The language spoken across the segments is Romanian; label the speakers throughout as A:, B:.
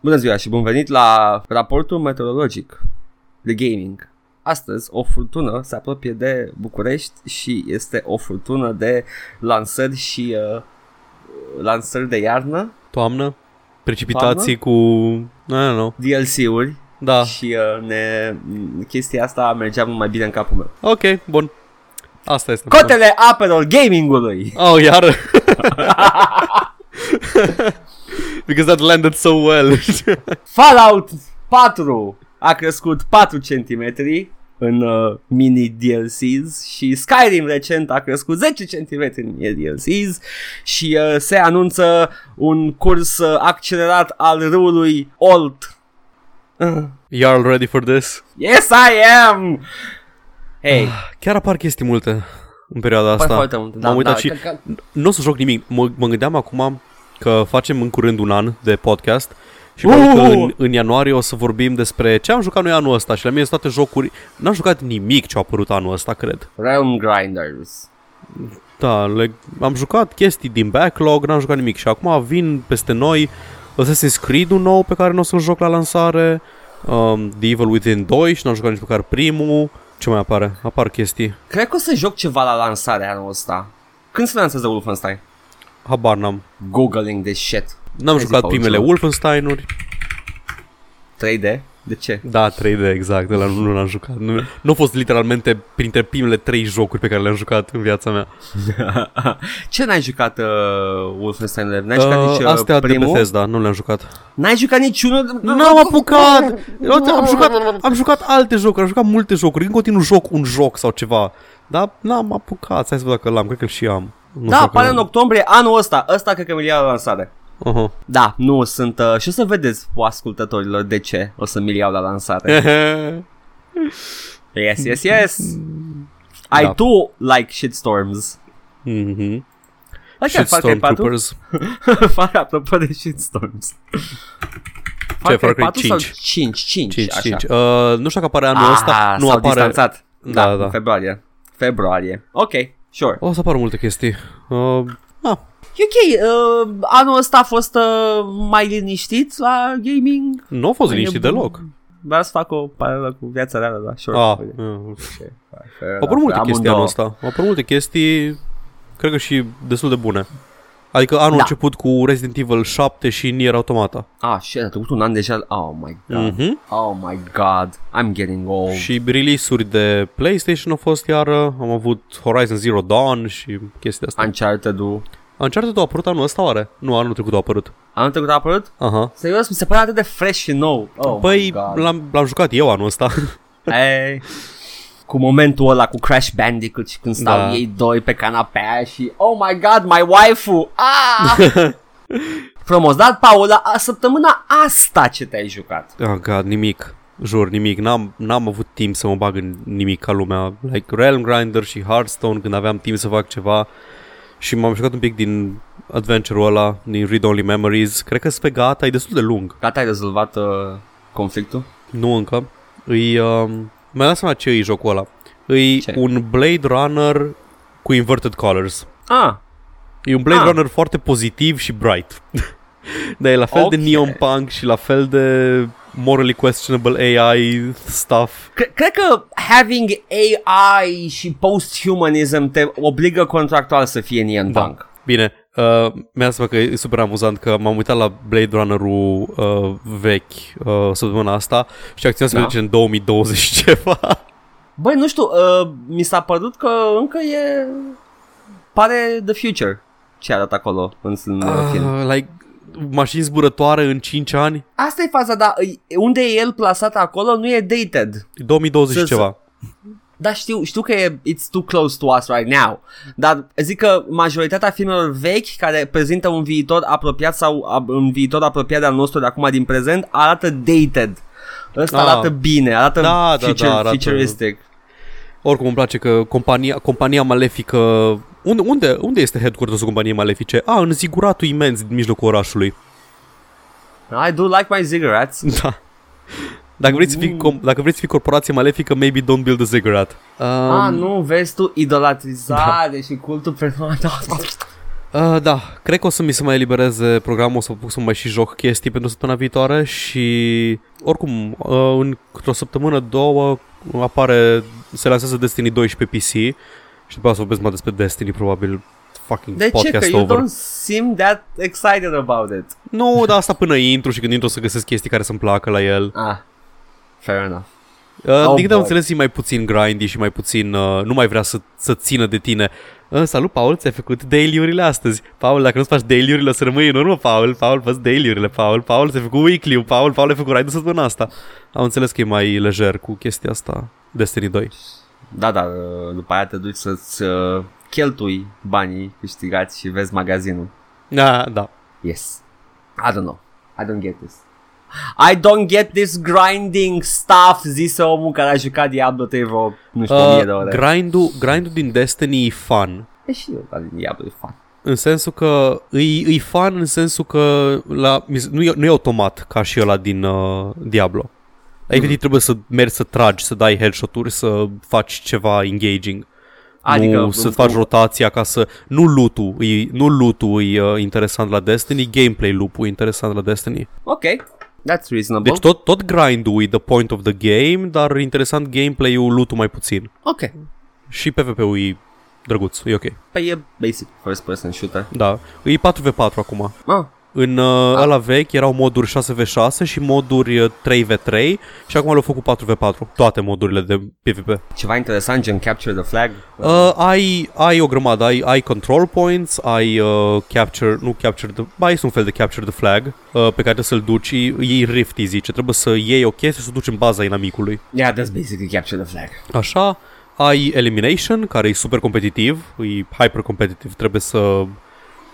A: Bună ziua și bun venit la raportul meteorologic de gaming. Astăzi o furtună se apropie de București și este o furtună de lansări și uh, lansări de iarnă,
B: Toamnă? Precipitații cu... Nu, nu, nu.
A: DLC-uri
B: Da.
A: și uh, ne, chestia asta mergea mult mai bine în capul meu.
B: Ok, bun. Asta este.
A: Cotele apelor gamingului!
B: Oh, iar. Because that landed so well.
A: Fallout 4 a crescut 4 cm în uh, mini DLCs și Skyrim recent a crescut 10 cm în mini DLCs și uh, se anunță un curs uh, accelerat al râului Olt. Uh,
B: You're all ready for this?
A: yes, I am! Hei,
B: Chiar apar chestii multe în perioada
A: păi
B: Ah, asta.
A: foarte mult. Da,
B: M-am uitat
A: da,
B: și
A: că- că-
B: nu o să joc nimic. Mă, mă gândeam acum că facem în curând un an de podcast și
A: Uh!
B: probabil că în, în ianuarie o să vorbim despre ce am jucat noi anul ăsta și la mine sunt toate jocuri. N-am jucat nimic ce a apărut anul ăsta, cred.
A: Realm Grinders.
B: Da, le, am jucat chestii din backlog, n-am jucat nimic și acum vin peste noi Assassin's Creed un nou pe care nu o să-l joc la lansare, um, The Evil Within 2 și n-am jucat nici măcar primul. Ce mai apare? Apar chestii.
A: Cred că o să joc ceva la lansarea anul ăsta. Când se lansează Wolfenstein?
B: Habar n-am.
A: Googling this shit.
B: N-am
A: Hai zi,
B: jucat
A: Paul,
B: primele
A: ce-
B: Wolfenstein-uri.
A: 3D? De ce?
B: Da, 3D, exact, ăla nu l-am jucat. Nu, nu a fost literalmente printre primele trei jocuri pe care le-am jucat în viața mea.
A: Ce n-ai jucat uh, Wolfenstein 11? N-ai jucat
B: Uh,
A: nici uh,
B: astea de
A: primul?
B: Bethesda, nu le-am jucat.
A: N-ai jucat niciunul?
B: N-am apucat! Am jucat, am jucat alte jocuri, am jucat multe jocuri. În continuu joc un joc sau ceva. Dar n-am apucat, hai să văd dacă l-am, cred că și am. Nu
A: Da,
B: știu dacă
A: apare în
B: l-am.
A: octombrie anul ăsta. Ăsta cred că mi-l iau la lansare.
B: Aha.
A: Da, nu sunt... Uh, și o să vedeți, o ascultătorilor, de ce o să mi-l iau la
B: Eh.
A: lansare. yes, yes, yes! I
B: Da.
A: do like shitstorms.
B: Mhm.
A: Așa,
B: Shit
A: Far Cry 4?
B: Stormtroopers.
A: Far, apropo de shitstorms.
B: Far Cry
A: 4 sau
B: 5?
A: 5? 5,
B: 5,
A: așa.
B: 5. Uh, nu știu dacă apare anul
A: Ah,
B: ăsta, nu
A: s-au
B: apare...
A: distanțat.
B: Da,
A: Da, da,
B: da.
A: februarie. Februarie. Ok, sure.
B: O să apară Oh, multe chestii. Uh, ah,
A: Ok, uh, anul ăsta a fost uh, mai liniștit la gaming.
B: nu a fost
A: Mai
B: liniștit
A: Păi e bun.
B: deloc.
A: Vreau să fac o paralelă cu viața reală, da, sure.
B: Ah,
A: Uite,
B: uh,
A: ce fac,
B: Au
A: Păi
B: apărut multe
A: amândouă.
B: chestii anul ăsta. Au apărut multe chestii, cred că și destul de bune. Adică anul
A: Da.
B: da. început cu Resident Evil 7 și Nier Automata.
A: Ah, shit, a trecut un an deja. Oh my god.
B: Mhm.
A: Oh my god. I'm getting old.
B: Și release-uri de PlayStation au fost iară, am avut Horizon Zero Dawn și chestia asta.
A: Uncharted-ul.
B: Uncharted a apărut anul ăsta oare? Nu, anul trecut a apărut.
A: Anul trecut a apărut?
B: Aha.
A: Serios, mi se pare atât de fresh și nou. Oh my
B: Păi,
A: god.
B: l-am, l-am jucat eu anul ăsta.
A: Ei, cu momentul ăla cu Crash Bandicoot și când stau da.
B: Da.
A: ei doi pe canapea și Oh my god, my waifu! Ah! Frumos, dar Paula, a- săptămâna asta ce te-ai jucat?
B: oh, God, nimic. Jur, nimic. N-am, n-am avut timp să mă bag în nimic ca lumea. Like Realm Grinder și Hearthstone când aveam timp să fac ceva. Și m-am jucat un pic din adventure-ul ăla, din Read Only Memories. Cred că sunt pe gata, e destul de lung.
A: Gata, ai rezolvat uh, conflictul?
B: Nu încă. Îi, uh, mi-am dat seama ce e jocul ăla. E
A: Ce?
B: un Blade Runner cu inverted colors.
A: Ah,
B: E un Blade
A: Ah.
B: ah. Runner foarte pozitiv și bright. Dar e la fel de
A: Ok.
B: neon punk și la fel de morally questionable AI stuff.
A: cre- cred că having AI și post-humanism te obligă contractual să fie neon-punk.
B: Bine, uh, mi-a seama că e super amuzant că m-am uitat la Blade Runner-ul uh, vechi uh, săptămâna asta și acțiunea se
A: Da.
B: duce în 2020 și ceva.
A: Băi, nu știu, uh, mi s-a părut că încă e... Pare the future ce arată acolo în, în uh, film.
B: Uh, like, mașini zburătoare în 5 ani,
A: Asta e faza, dar îi- unde e el plasat acolo nu e dated.
B: 2020
A: Să-
B: și
A: să-
B: ceva.
A: Dar știu, știu că e it's too close to us right now. Dar zic că majoritatea filmelor vechi care prezintă un viitor apropiat sau ab- un viitor apropiat al nostru de acum din prezent arată dated. Ăsta
B: Ah.
A: arată bine, arată
B: Da, da, da,
A: future,
B: arată-
A: futuristic.
B: Oricum îmi place că compania, compania malefică... Unde, unde, unde este headquarters-ul companiei malefice? A, în ziguratul imens din mijlocul orașului.
A: I do like my ziggurats.
B: Da. Dacă vrei să fii, com- dacă vrei să fii corporație malefică, maybe don't build a ziggurat. Um, da.
A: Ah, nu, vezi tu, idolatrizare și cultul personal.
B: Uh, da, cred că o să mi se mai elibereze programul, o să pot să mai și joc chestii pentru săptămâna viitoare și oricum, uh, în o săptămână, două, apare, se lansează Destiny 2 și pe PC și după aceea să vorbesc mai despre Destiny, probabil fucking
A: De ce?
B: podcast
A: Că you
B: over.
A: don't seem that excited about it.
B: Nu, dar asta până intru și când intru o să găsesc chestii care să-mi placă la el.
A: Ah, fair enough.
B: Uh, oh, din câte
A: boy.
B: am înțeles, e mai puțin grindy și mai puțin, uh, nu mai vrea să, să țină de tine. Uh, salut, Paul, ți-ai făcut daily-urile astăzi. Paul, dacă nu-ți faci daily-urile, o să rămâi în urmă, Paul. Paul, fă daily-urile, Paul. Paul, ți-ai făcut weekly Paul. Paul, ai făcut raid săptămâna asta. Am înțeles că e mai lejer cu chestia asta. Destiny 2.
A: Da, da, după aia te duci să-ți uh, cheltui banii câștigați și vezi magazinul.
B: Da, da.
A: Yes. I don't know. I don't get this. I don't get this grinding stuff, zise omul care a jucat Diablo 3 vreo, nu știu, uh,
B: Uh,
A: mie de ore.
B: grind-ul, grind-ul din Destiny e fun.
A: E și eu, dar Diablo e fan.
B: În sensul că îi, îi fan în sensul că la, mi se- nu, e, nu e automat ca și ăla din uh, Diablo. Adică mm. trebuie să mergi să tragi, să dai headshot-uri, să faci ceva engaging.
A: Adică,
B: nu, să faci rotația ca să... Nu loot-ul, e, nu loot-ul e uh, interesant la Destiny, gameplay loop-ul e interesant la Destiny.
A: Ok, that's reasonable.
B: Deci tot, tot grind-ul e the point of the game, dar interesant gameplay-ul, loot-ul mai puțin.
A: ok,
B: Și PvP-ul e drăguț, e ok.
A: păi e basic first person shooter.
B: Da, e 4v4 acum.
A: Ah,
B: În uh, ăla vechi erau moduri 6v6 și moduri uh, 3v3 și acum le-au făcut 4v4, toate modurile de PvP.
A: ceva interesant, gen capture the flag.
B: Uh, ai, ai o grămadă, ai, ai control points, ai uh, capture, nu capture the, ba, este un fel de capture the flag uh, pe care trebuie să-l duci, iei rifty zice, trebuie să iei o chestie și să o duci în baza inamicului.
A: Yeah, that's basically capture the flag.
B: Așa, ai Elimination, care e super competitiv, e hyper competitiv, trebuie să...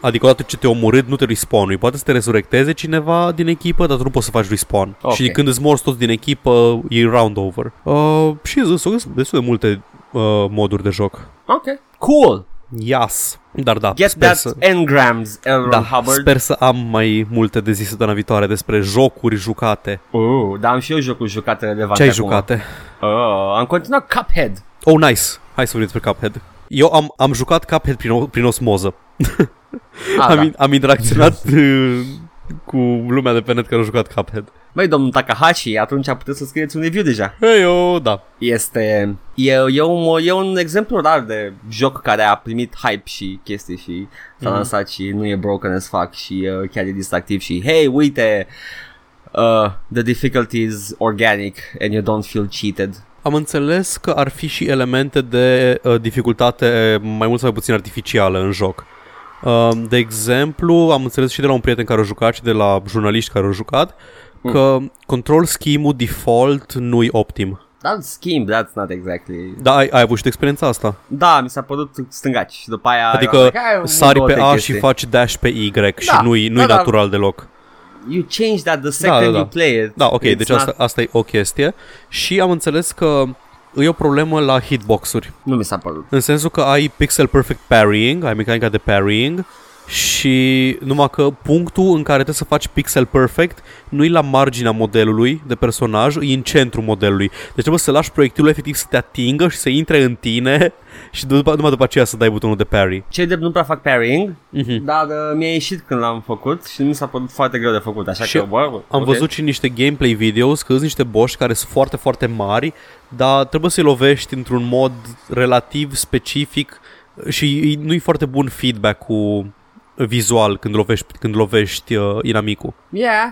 B: Adică odată ce te omorât, nu te respawn Poate să te resurrecteze cineva din echipă, dar tu nu poți să faci respawn.
A: Ok.
B: Și când îți morți toți din echipă, e round over. Uh, și sunt- sunt destul de multe uh, moduri de joc.
A: Ok, cool.
B: Yes. Dar da,
A: Get
B: sper
A: that
B: să...
A: engrams, Elron
B: Da,
A: Hubbard.
B: sper să am mai multe de zis săptămâna viitoare despre jocuri jucate.
A: Oh, dar am și eu jocul jucat relevant
B: Ce ai
A: acum.
B: jucate?
A: Oh, am continuat Cuphead.
B: Oh, nice. Hai să vorbim despre Cuphead. Eu am, am jucat Cuphead prin, o- prin osmoză.
A: Ah,
B: am,
A: da.
B: in- am interacționat uh, cu lumea de pe net care a jucat Cuphead.
A: Băi, domnul Takahashi, atunci puteți să scrieți un review deja.
B: Hei, oh, da.
A: Este... E, e, un, e un exemplu rar de joc care a primit hype și chestii și s-a
B: Mhm.
A: lansat și nu e broken as fuck și uh, chiar e distractiv și hei, uite, uh, the difficulty is organic and you don't feel cheated.
B: Am înțeles că ar fi și elemente de uh, dificultate uh, mai mult sau mai puțin artificială în joc. Uh, de exemplu, am înțeles și de la un prieten care a jucat și de la jurnaliști care au jucat că control scheme-ul default nu-i optim.
A: That schimb, that's not exactly...
B: Da, ai, ai avut și tu experiența asta.
A: Da, mi s-a părut stângaci și după aia... eram
B: Adică
A: like, "Hai,
B: sari
A: două,
B: pe
A: trei
B: A
A: chestii."
B: și faci dash pe Y și
A: Da,
B: nu-i, nu-i
A: da, da.
B: natural deloc.
A: You change that the second
B: da, da.
A: you play it.
B: Da, ok,
A: It's
B: deci
A: not-
B: asta, asta e o chestie. Și am înțeles că e o problemă la hitbox-uri.
A: Nu mi s-a părut.
B: În sensul că ai pixel perfect parrying, ai mecanica de parrying și numai că punctul în care trebuie să faci pixel perfect nu e la marginea modelului de personaj, e în centrul modelului. Deci trebuie să lași proiectilul efectiv să te atingă și să intre în tine și după, numai după aceea să dai butonul de parry.
A: Cei drept nu prea fac pairing,
B: Mhm.
A: dar uh, mi-a ieșit când l-am făcut și mi s-a părut foarte greu de făcut, așa
B: Și
A: că, bă, Am
B: Am văzut și niște gameplay videos că sunt niște boși care sunt foarte, foarte mari, dar trebuie să-i lovești într-un mod relativ specific și îi- nu-i foarte bun feedback-ul vizual când lovești, când lovești uh, inamicul.
A: Yeah,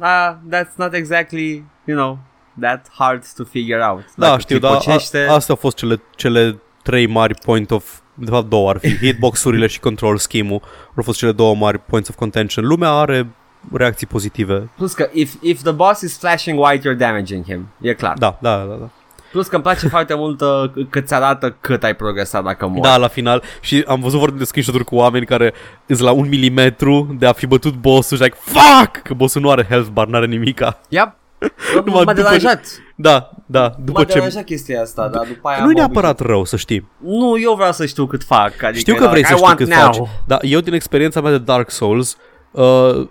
A: uh, that's not exactly, you know, that hard to figure out.
B: Da,
A: Dacă
B: știu,
A: te
B: dar
A: pocește-
B: a, astea au fost cele, cele trei mari point of de fapt două ar fi hitbox-urile și control scheme-ul au fost cele două mari points of contention. Lumea are reacții pozitive.
A: Plus că if, if the boss is flashing white, you're damaging him, e clar.
B: Da, da, da, da.
A: Plus că îmi place foarte mult uh, că ți arată cât ai progresat dacă mori.
B: Da, la final Și am văzut vorbind de screenshot-uri cu oameni care Îs la un milimetru de a fi bătut boss-ul Și like, fuck! Că boss-ul nu are health bar, n-are nimica
A: Yep.
B: Numai
A: M-a
B: după-
A: deranjat.
B: Da, da, după
A: M-a
B: ce
A: deranjat chestia asta, dar după aia...
B: nu e
A: m-am
B: neapărat rău, să știi.
A: obișnuit. Nu, eu vreau să știu cât fac. Adică
B: Știu că
A: era
B: vrei
A: like,
B: să
A: I
B: știi
A: want
B: cât
A: now.
B: faci. Dar eu, din experiența mea de Dark Souls, uh,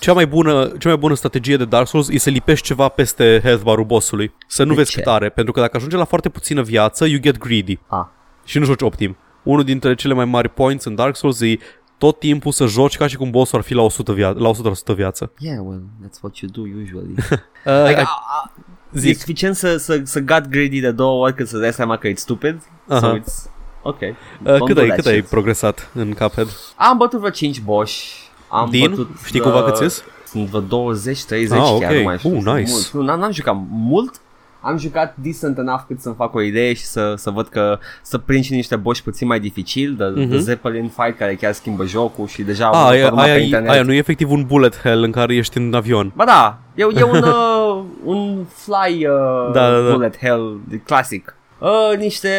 B: cea mai, bună, cea mai bună strategie de Dark Souls e să lipești ceva peste health bar-ul bossului. Să nu
A: De
B: vezi
A: ce?
B: cât are, pentru că dacă ajunge la foarte puțină viață, you get greedy.
A: Ah.
B: și nu joci optim. Unul dintre cele mai mari points în Dark Souls e tot timpul să joci ca și cum bossul ar fi la 100%, via- la 100% viață.
C: Yeah, well, that's what you do usually.
B: Uh,
A: Adică,
B: ai-
A: a- a-
B: zic.
A: E suficient să, să, să gut greedy de două ori când să dai seama că e stupid. Uh-huh. So
B: Aha.
A: it's... Ok.
B: uh,
A: Don't
B: cât
A: do
B: ai,
A: that
B: cât ai
A: shit.
B: progresat în Cuphead?
A: Am bătut vreo 5 boși. Am
B: Din?
A: bătut,
B: Știi cumva
A: uh,
B: cât ți
A: Sunt vreo 20, 30
B: Ah,
A: chiar
B: ok.
A: nu mai știu.
B: Uh,
A: Sunt
B: nice.
A: Mult. Nu, n-am, n-am jucat mult, am jucat decent enough cât să-mi fac o idee și să, să văd că să prind și niște boși puțin mai dificil, de, mm-hmm. de Zeppelin Fight care chiar schimbă jocul și deja
B: A,
A: am
B: Mhm. Ah, aia,
A: urmă pe
B: aia,
A: internet.
B: aia nu e efectiv un bullet hell în care ești în avion.
A: Ba da, e, e un, uh, un fly uh,
B: Da, da, da.
A: bullet hell de- clasic. Uh, niște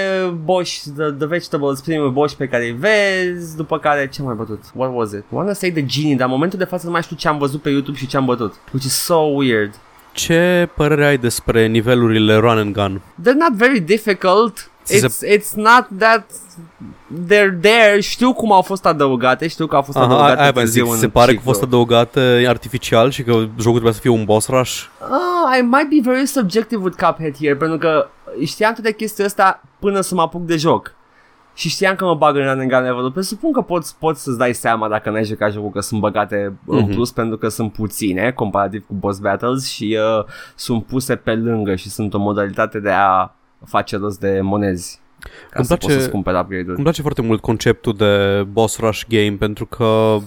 A: boși de, de vegetables, primul boși pe care îi vezi, după care ce am mai bătut? What was it? Wanna say the genie, dar în momentul de față nu mai știu ce am văzut pe YouTube și ce am bătut. Which is so weird.
B: Ce părere ai despre nivelurile run and gun?
A: They're not very difficult.
B: Ți se-
A: It's, it's not that they're there. Știu cum au fost adăugate, știu că au fost
B: Aha,
A: adăugate
B: aia v-am
A: târziu
B: zis,
A: în
B: se pare că a
A: ciclu.
B: fost adăugată artificial și că jocul trebuia să fie un boss rush.
A: Ah, I might be very subjective with Cuphead here, pentru că știam toate chestia asta până să mă apuc de joc. Și știam că mă bag în run and gun level Presupun că poți, poți să-ți dai seama dacă n-ai jucat jocul că sunt băgate mm-hmm. în
B: Mhm.
A: plus pentru că sunt puține comparativ cu boss battles și uh, sunt puse pe lângă și sunt o modalitate de a face rost de monezi. Ca
B: Îmi
A: să
B: place-
A: poți să-ți cumperi upgrade-uri.
B: Îmi place foarte mult conceptul de boss rush game pentru că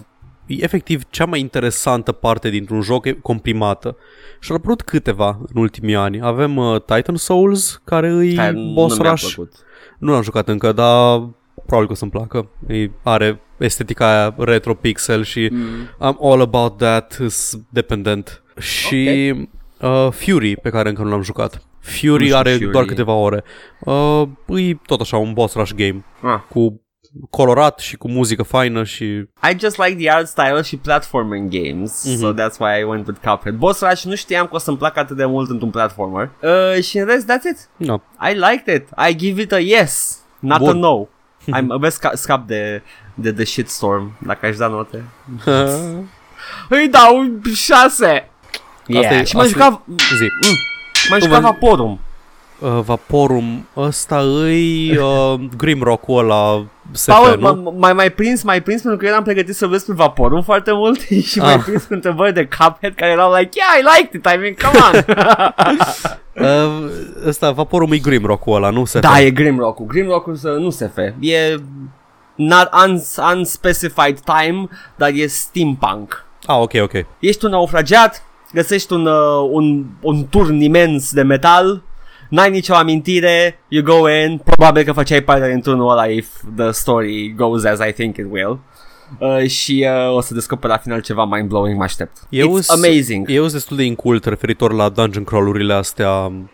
B: e efectiv cea mai interesantă parte dintr-un joc e comprimată. Și au apărut câteva în ultimii ani. Avem uh, Titan Souls, care e
A: Care
B: boss
A: nu mi-a
B: rush.
A: plăcut.
B: Nu l-am jucat încă, dar probabil că o să-mi placă. E, are estetica aia retro pixel și mm. I'm all about that, is dependent. Și uh, Fury, pe care încă nu l-am jucat.
A: Nu
B: Fury
A: știu
B: are
A: Fury.
B: doar câteva ore. Uh, e tot așa un boss rush game
A: Ah.
B: cu colorat și cu muzică faină și
A: I just like the art style și platforming games, mm-hmm.
B: Mhm.
A: so that's why I went with Cuphead. Boss Rush nu știam că o să-mi placă atât de mult într-un platformer. Uh, și în rest, that's it.
B: no.
A: I liked it. I give it a yes, not Bun. a
B: Bun.
A: no. I'm abia sca- scap de, de The Shitstorm, dacă aș da note. Îi dau 6! Yeah.
B: Asta e-
A: și m-am
B: asta e-
A: jucat,
B: zi.
A: m-am jucat
B: Cum-
A: Vaporum.
B: Uh, vaporum ăsta îi uh, Grimrock-ul ăla SF,
A: Paul,
B: nu?
A: m- mai mai prins, mai prins pentru că eu eram pregătit să vezi pe Vaporum foarte mult și mai
B: Ah.
A: prins cu întrebări de Cuphead care erau like, yeah, I liked it, I mean, come on.
B: Uh, ăsta, vaporul e Grimrock-ul ăla, nu SF?
A: Da, e Grimrock-ul. Grimrock-ul să- nu se fe. E not uns, unspecified time, dar e steampunk.
B: Ah, ok, ok.
A: Ești un naufragiat, găsești un, uh, un, un turn imens de metal, n-ai nicio amintire, you go in, probabil că făceai parte din turnul ăla if the story goes as I think it will. Uh, și uh, o să descoperi la final ceva mind-blowing, mă aștept. It's
B: s-
A: amazing.
B: Eu sunt destul de incult referitor la dungeon crawlurile astea,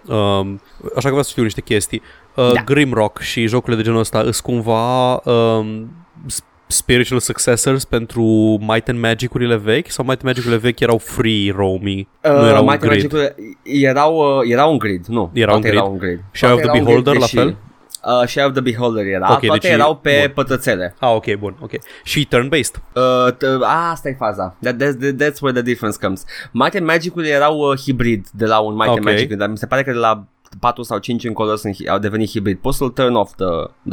B: um, așa că vreau să știu niște chestii. Uh,
A: Da.
B: da. Grimrock și jocurile de genul ăsta sunt cumva um, s- spiritual successors pentru Might and Magic-urile vechi sau Might and Magic-urile vechi erau free roaming, uh, nu erau un
A: Might and
B: grid.
A: Magic-urile erau, uh, erau un grid, nu.
B: Erau
A: toate
B: un grid.
A: Erau un grid.
B: Și Eye of
A: Toate
B: the
A: erau un
B: Beholder
A: grid,
B: la
A: deși-
B: fel?
A: Uh, Shadow of the Beholder era,
B: Ok,
A: okay, toate
B: deci-
A: deci erau pe
B: bun.
A: pătrățele.
B: Ah, ok, bun, ok. Și turn-based.
A: Uh, t- a, asta e faza. That, that's, that, that's where the difference comes. Might and Magic-urile erau uh, hibrid de la un Might okay. and
B: Ok.
A: Magic, dar mi se pare că de la 4 sau 5 încolo sunt, hi- au devenit hibrid. Poți să-l turn off the,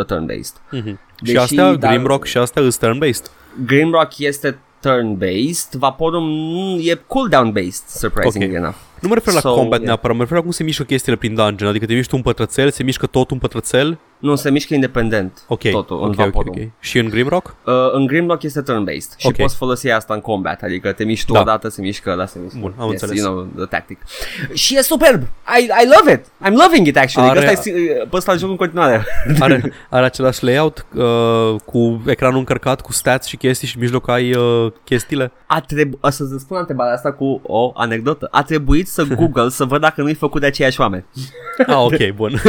A: the turn-based.
B: Mm-hmm.
A: Deși,
B: și astea,
A: dar-
B: Grimrock și astea sunt turn-based.
A: Grimrock este turn-based, Vaporum mm, e cooldown-based, surprisingly
B: Ok.
A: enough.
B: Nu mă refer la
A: So,
B: combat
A: yeah.
B: neapărat, mă refer la cum se mișcă chestiile prin dungeon, adică te miști tu un pătrățel, se mișcă tot un pătrățel,
A: Nu, se mișcă independent
B: ok,
A: totul
B: ok,
A: în
B: ok,
A: Vaporum.
B: ok. Și în Grimrock?
A: Uh, în Grimlock este turn-based și
B: Ok.
A: poți folosi asta în combat, adică te miști tu
B: Da.
A: odată, se mișcă ăla, se mișcă.
B: Bun, am
A: yes,
B: înțeles.
A: You know, the tactic. Și e superb! I, I love it! I'm loving it, actually!
B: Are-
A: Are... Că ăsta e, poți să-l joc în continuare.
B: Are, are același layout uh, cu ecranul încărcat, cu stats și chestii și în mijloc ai uh, chestiile?
A: A trebu- o să-ți răspund la întrebarea asta cu o anecdotă. A trebuit să Google să văd dacă nu-i făcut de aceiași oameni.
B: Ah, ok, bun.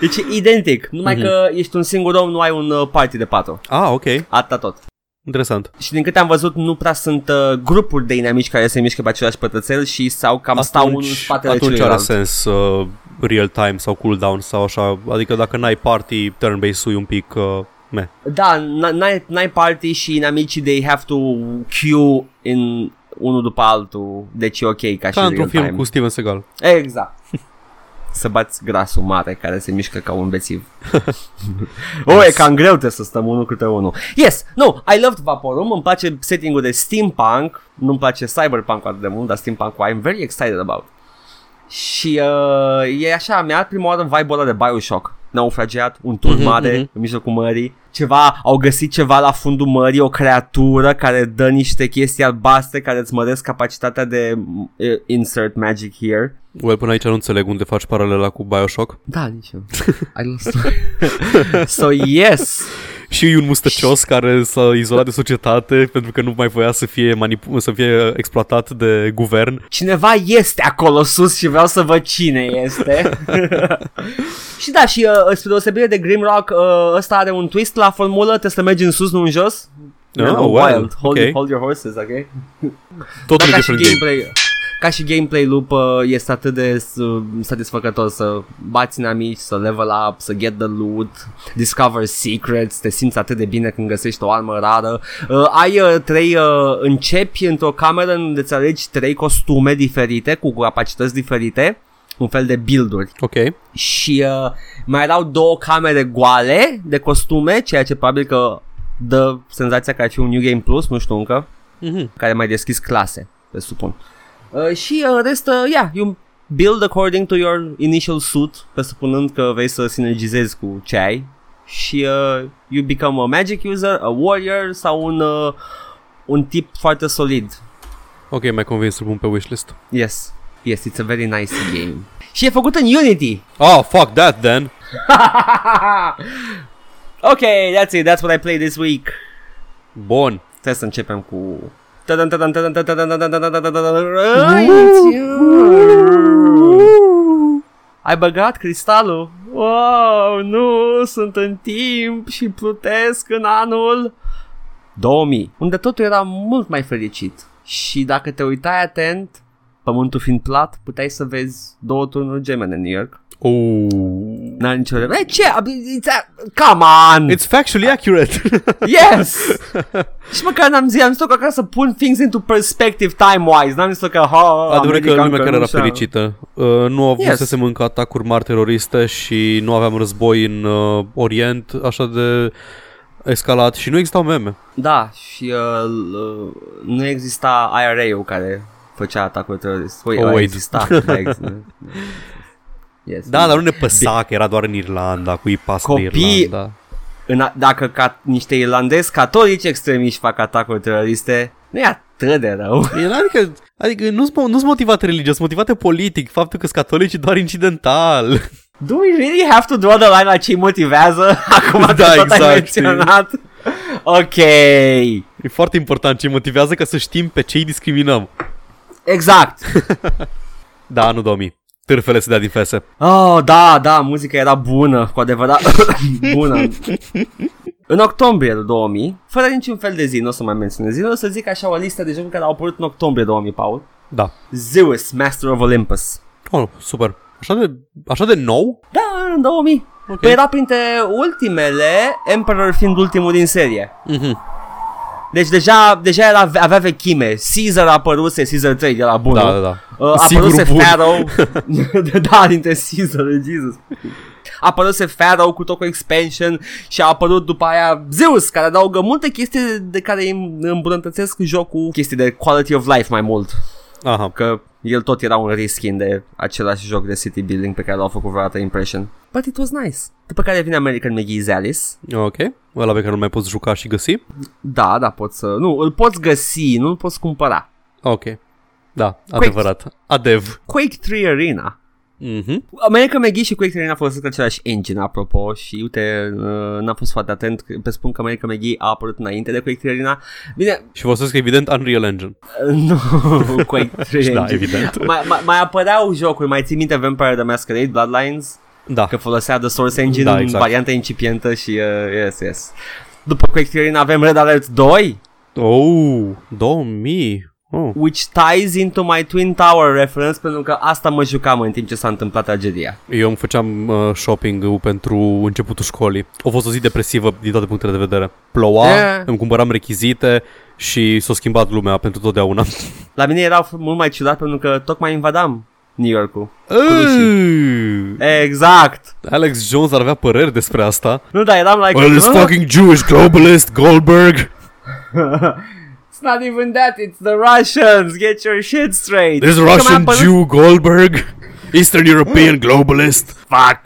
A: Deci e identic, numai
B: Mhm.
A: că ești un singur om, nu ai un uh, party de patru.
B: ah, ok,
A: Atâta tot.
B: interesant.
A: Și din câte am văzut, nu prea sunt uh, grupuri de inamici care se mișcă pe același pătrățel și sau cam stau unul în
B: Atunci,
A: spatele
B: atunci are
A: celuilalt.
B: sens uh, real-time sau cooldown sau așa, adică dacă n-ai party, turn-based un pic... Uh, meh.
A: Da, n- n-ai, n-ai party și inamicii they have to queue în unul după altul, deci e ok ca,
B: Ca
A: și
B: într-un
A: real
B: film
A: time.
B: cu Steven Seagal.
A: Exact. să bați grasul mare care se mișcă ca un bețiv. o, e cam greu trebuie să stăm unul câte unul. Yes, no, I loved Vaporum, îmi place setting-ul de steampunk, nu-mi place cyberpunk atât de mult, dar steampunk-ul I'm very excited about. Și uh, e așa, mi-a dat prima oară vibe-ul ăla de Bioshock naufragiat, un tur
B: Mhm,
A: mare
B: mhm.
A: în mijlocul mării, ceva, au găsit ceva la fundul mării, o creatură care dă niște chestii albastre care îți măresc capacitatea de m, e, insert magic here.
B: Well, până aici nu înțeleg unde faci paralela cu Bioshock.
C: Da, nici eu.
A: I lost So yes,
B: Și e un mustăcios care s-a izolat de societate pentru că nu mai voia să fie, manipu- să fie exploatat de guvern.
A: cineva este acolo sus și vreau să văd cine este. și da, și uh, spre deosebire de Grimrock, uh, ăsta are un twist la formulă, trebuie să mergi în sus, nu în jos.
B: Oh,
A: Man,
B: wild.
A: Hold,
B: Ok.
A: hold your horses, ok? Dar
B: Totul e
A: ca și
B: different game.
A: gameplay ca și gameplay loop uh, este atât de uh, satisfăcător să bați în amici, să level up, să get the loot, discover secrets, te simți atât de bine când găsești o armă rară. Uh, ai uh, trei, uh, începi într-o cameră unde îți alegi trei costume diferite cu capacități diferite, un fel de build-uri
B: Ok.
A: și uh, mai erau două camere goale de costume, ceea ce probabil că dă senzația că ar fi un New Game Plus, nu știu încă
B: Mhm.
A: care mai deschis clase, presupun. Uh, și uh, în rest, uh, yeah, you build according to your initial suit, presupunând că vei să sinergizezi cu ce ai și uh, you become a magic user, a warrior sau un, uh, un tip foarte solid.
B: Ok, mai convins să-l pun pe wishlist.
A: Yes, yes, it's a very nice game. Și e făcut în Unity.
B: Oh, fuck that then.
A: ok, that's it, that's what I played this week.
B: Bun.
A: Trebuie să începem cu... Tadam, tadam, tadam, tadam, tadam, tadam, tadam, tadam, tadam, tadam. Ai băgat cristalul? Wow, nu, sunt în timp și plutesc în anul 2000, unde totul era mult mai fericit. Și dacă te uitai atent, pământul fiind plat, puteai să vezi două turnuri gemene în New York.
B: Oh.
A: N-are nicio... E, ce? It's a- Come on!
B: It's factually accurate.
A: Yes! și măcar n-am zis, am zis-o ca să pun things into perspective time-wise. N-am zis-o că... Ha,
B: Adevărat că
A: American
B: lumea care era
A: nu știu.
B: fericită. Uh, nu au
A: Yes.
B: yes. să mânca atacuri mari teroriste și nu aveam război în uh, Orient așa de escalat și nu existau meme.
A: Da, și uh, l- nu exista IRA-ul care făcea atacul terorist. Oi,
B: Oh,
A: oh,
B: wait.
A: exista. da, ex- yes.
B: Da, dar nu ne păsa că era doar în Irlanda, cu pas de
A: Copii-
B: Irlanda.
A: În a- dacă ca niște irlandezi catolici extremiști fac atacuri teroriste, nu e atât de rău.
B: E, Adică, adică nu-s, mo- nu-s motivate religios, motivate politic, faptul că sunt catolici doar incidental.
A: Do we really have to draw the line la ce motivează? Acum
B: Da,
A: da, tot exact, ai
B: exact,
A: menționat. Ok.
B: E foarte important ce motivează ca să știm pe ce îi discriminăm.
A: Exact.
B: Da, anul 2000. Târfele se dea din fese.
A: Oh, da, da, muzica era bună, cu adevărat bună. În octombrie 2000, fără niciun fel de zi, nu o să mai menționez zile, o să zic așa o listă de jocuri care au apărut în octombrie 2000, Paul.
B: Da.
A: Zeus, Master of Olympus.
B: Oh, super. Așa de, așa de nou?
A: Da, în 2000.
B: Ok.
A: Păi era printre ultimele, Emperor fiind ultimul din serie.
B: Mhm.
A: Deci deja, deja era, avea vechime. Caesar a apăruse, Caesar 3 de la bun.
B: Da,
A: nu?
B: da, da.
A: Uh,
B: Singurul
A: apăruse
B: bun.
A: Pharaoh Da, dintre Caesar, Jesus Apăruse Pharaoh cu tot cu expansion Și a apărut după aia Zeus Care adaugă multe chestii de care îi îmbunătățesc jocul Chestii de quality of life mai mult
B: Aha.
A: Că el tot era un reskin de același joc de city building Pe care l-au făcut vreodată impression But it was nice După care vine American McGee's Alice
B: Ok. Ăla pe care nu mai poți juca și găsi.
A: Da, da, poți să... Nu, îl poți găsi, nu îl poți cumpăra
B: Ok. Da, adevărat. Adev.
A: Quake 3 Arena
B: Mhm.
A: America McGee și Quake Train a folosit același engine, apropo, și uite, uh, n-am fost foarte atent, că- pe spun că America McGee a apărut înainte de Quake Train. Bine,
B: Și folosesc evident Unreal Engine.
A: uh, nu, Quake Train.
B: Da, evident.
A: Mai, mai, mai apăreau jocuri, mai ții minte Vampire the Masquerade, Bloodlines,
B: Da.
A: că folosea The Source Engine
B: Da,
A: da, exact.
B: exact.
A: în varianta incipientă și, uh, yes, yes. După Quake Train avem Red Alert 2,
B: Oh, 2000. Oh.
A: which ties into my Twin Tower reference, pentru că asta mă jucam în timp ce s-a întâmplat tragedia.
B: Eu îmi făceam uh, shopping pentru începutul școlii. A fost o zi depresivă din toate punctele de vedere. Ploua,
A: Da.
B: îmi cumpăram rechizite și s-a schimbat lumea pentru totdeauna.
A: La mine era mult mai ciudat pentru că tocmai invadam New York-ul.
B: Eee,
A: Exact.
B: Alex Jones ar avea păreri despre asta.
A: Nu, dar eram like...
B: Well, it's
A: "Huh?
B: fucking Jewish globalist Goldberg.
A: It's not even that, it's the Russians. Get your shit straight.
B: This
A: Știi că mi-a
B: Russian
A: apărut-
B: Jew Goldberg. Eastern European globalist. Fuck.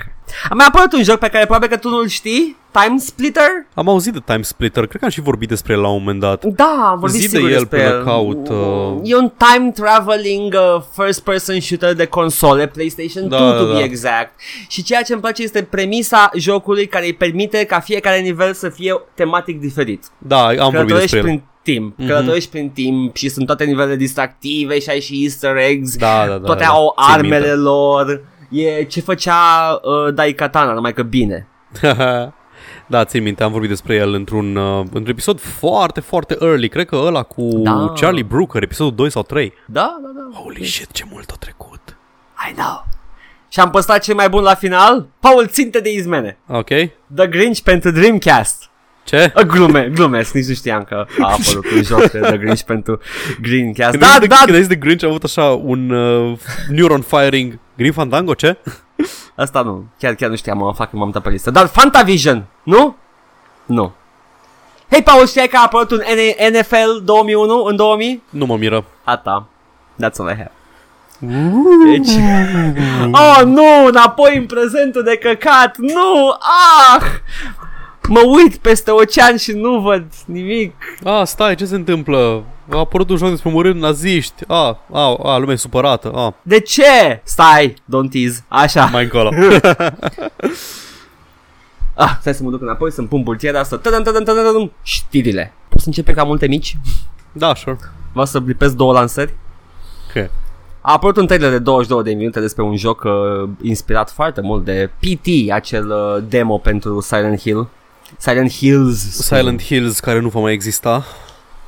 A: A mai apărut un joc pe care probabil că tu nu-l știi? Time Splitter?
B: Am auzit de Time Splitter, cred că am și vorbit despre el la un moment dat.
A: Da, am vorbit
B: Zi de
A: sigur
B: el
A: despre
B: până caut, uh,
A: E un time traveling uh, first person shooter de console, PlayStation
B: Da,
A: 2 to
B: da,
A: be
B: da.
A: exact. Și ceea ce îmi place este premisa jocului care îi permite ca fiecare nivel să fie tematic diferit.
B: Da, am vorbit despre
A: Călătorești
B: el. Mhm.
A: prin timp, călătorești prin timp și sunt toate nivelele distractive și ai și easter eggs,
B: Da, da, da,
A: toate
B: da, da.
A: au
B: Țin
A: armele
B: minte.
A: lor, e ce făcea uh, Daikatana, numai că bine.
B: da, țin minte, am vorbit despre el într-un, uh, într-un episod foarte, foarte early. Cred că ăla cu
A: Da.
B: Charlie Brooker, episodul 2 sau 3.
A: Da, da, da.
B: Holy shit, ce mult a trecut.
A: I know. Și am păstrat cel mai bun la final, Paul Ținte de Izmene.
B: Ok?
A: The Grinch pentru Dreamcast.
B: Ce?
A: A, Glume, glumesc, nici nu știam că a apărut un joc de The Grinch pentru Dreamcast.
B: Când da,
A: Da,
B: ai zis
A: da,
B: de, când ai zis de Grinch am avut așa un uh, neuron firing Green Fandango, ce?
A: asta nu, chiar, chiar nu știam, mă fac, m-am dat pe listă. Dar Fantavision, nu? Nu. Hei, Paul, știai că a apărut un N- NFL 2001 în 2000?
B: Nu mă miră.
A: Ata, that's all I have. Deci... Oh, nu, înapoi în prezentul de căcat, nu, ah! Mă uit peste ocean și nu văd nimic.
B: A, stai, ce se întâmplă? A apărut un joc despre omorând naziști. A, a, a, lumea e supărată. A,
A: De ce? Stai, don't tease, așa.
B: mai încolo.
A: Ah, stai să mă duc înapoi, să-mi pun bultiera asta. Tadam, tadam, tadam, tadam. Știrile. Poți să începe ca multe mici?
B: da, sure.
A: Vă să blipesc două lansări?
B: Okay.
A: A apărut un trailer de 22 de minute despre un joc uh, inspirat foarte mult de PT, acel uh, demo pentru Silent Hill. Silent Hills
B: Silent Hills care nu va mai exista.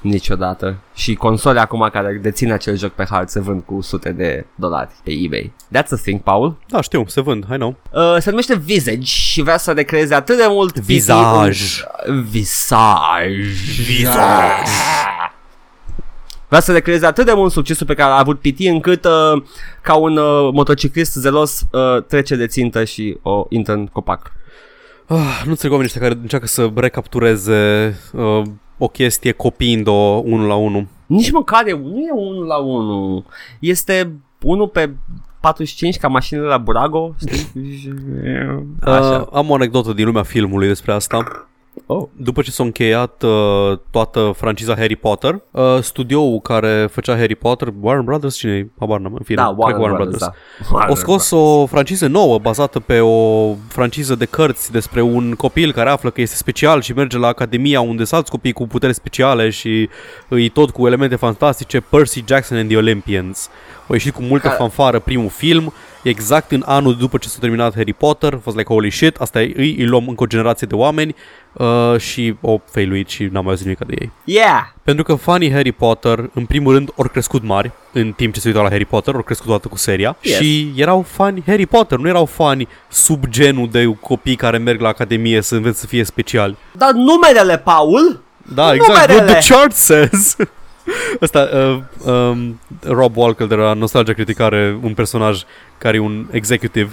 A: niciodată și console acum care dețin acel joc pe hard se vând cu sute de dolari pe eBay. That's a thing, Paul.
B: Da, știu, se vând, I know.
A: Uh, se numește Visage și vrea să recreeze atât de mult PT
B: Visaj.
A: în- Visaj. Vrea să recreeze atât de mult succesul pe care a avut PT încât uh, ca un uh, motociclist zelos uh, trece de țintă și o intră în copac.
B: Ah, nu înțeleg oamenii ăștia care încearcă să recaptureze uh, o chestie copiind-o unul la unul.
A: Nici măcar e, nu e unul la unul. Este unul pe 45 ca mașinile la Burago. știi?
B: Așa. Uh, am o anecdotă din lumea filmului despre asta.
A: Oh.
B: După ce s-a încheiat uh, toată franciza Harry Potter, uh, studioul care făcea Harry Potter, Warner Brothers, cine e? Habar n-am, în fine,
A: Da,
B: cred că
A: Warner Brothers, da.
B: Au scos o franciză nouă bazată pe o franciză de cărți despre un copil care află că este special și merge la academia unde sunt alți copii cu puteri speciale și îi tot cu elemente fantastice, Percy Jackson and the Olympians. Au ieșit cu multă
A: Ca-
B: fanfară primul film, exact în anul după ce s-a terminat Harry Potter, a fost like holy shit, asta e, îi, îi luăm încă o generație de oameni uh, și o failuit și n-am mai auzit nimic de ei.
A: Yeah!
B: Pentru că fanii Harry Potter, în primul rând, ori crescut mari în timp ce se uitau la Harry Potter, ori crescut toată cu seria
A: Yes.
B: yes. și erau fani Harry Potter, nu erau fani sub genul de copii care merg la academie să înveți să fie speciali.
A: Dar numerele, Paul?
B: Da, exact, what
A: Numerele!
B: the chart says! Asta, uh, um, Rob Walker de la Nostalgia Critic are un personaj care e un executive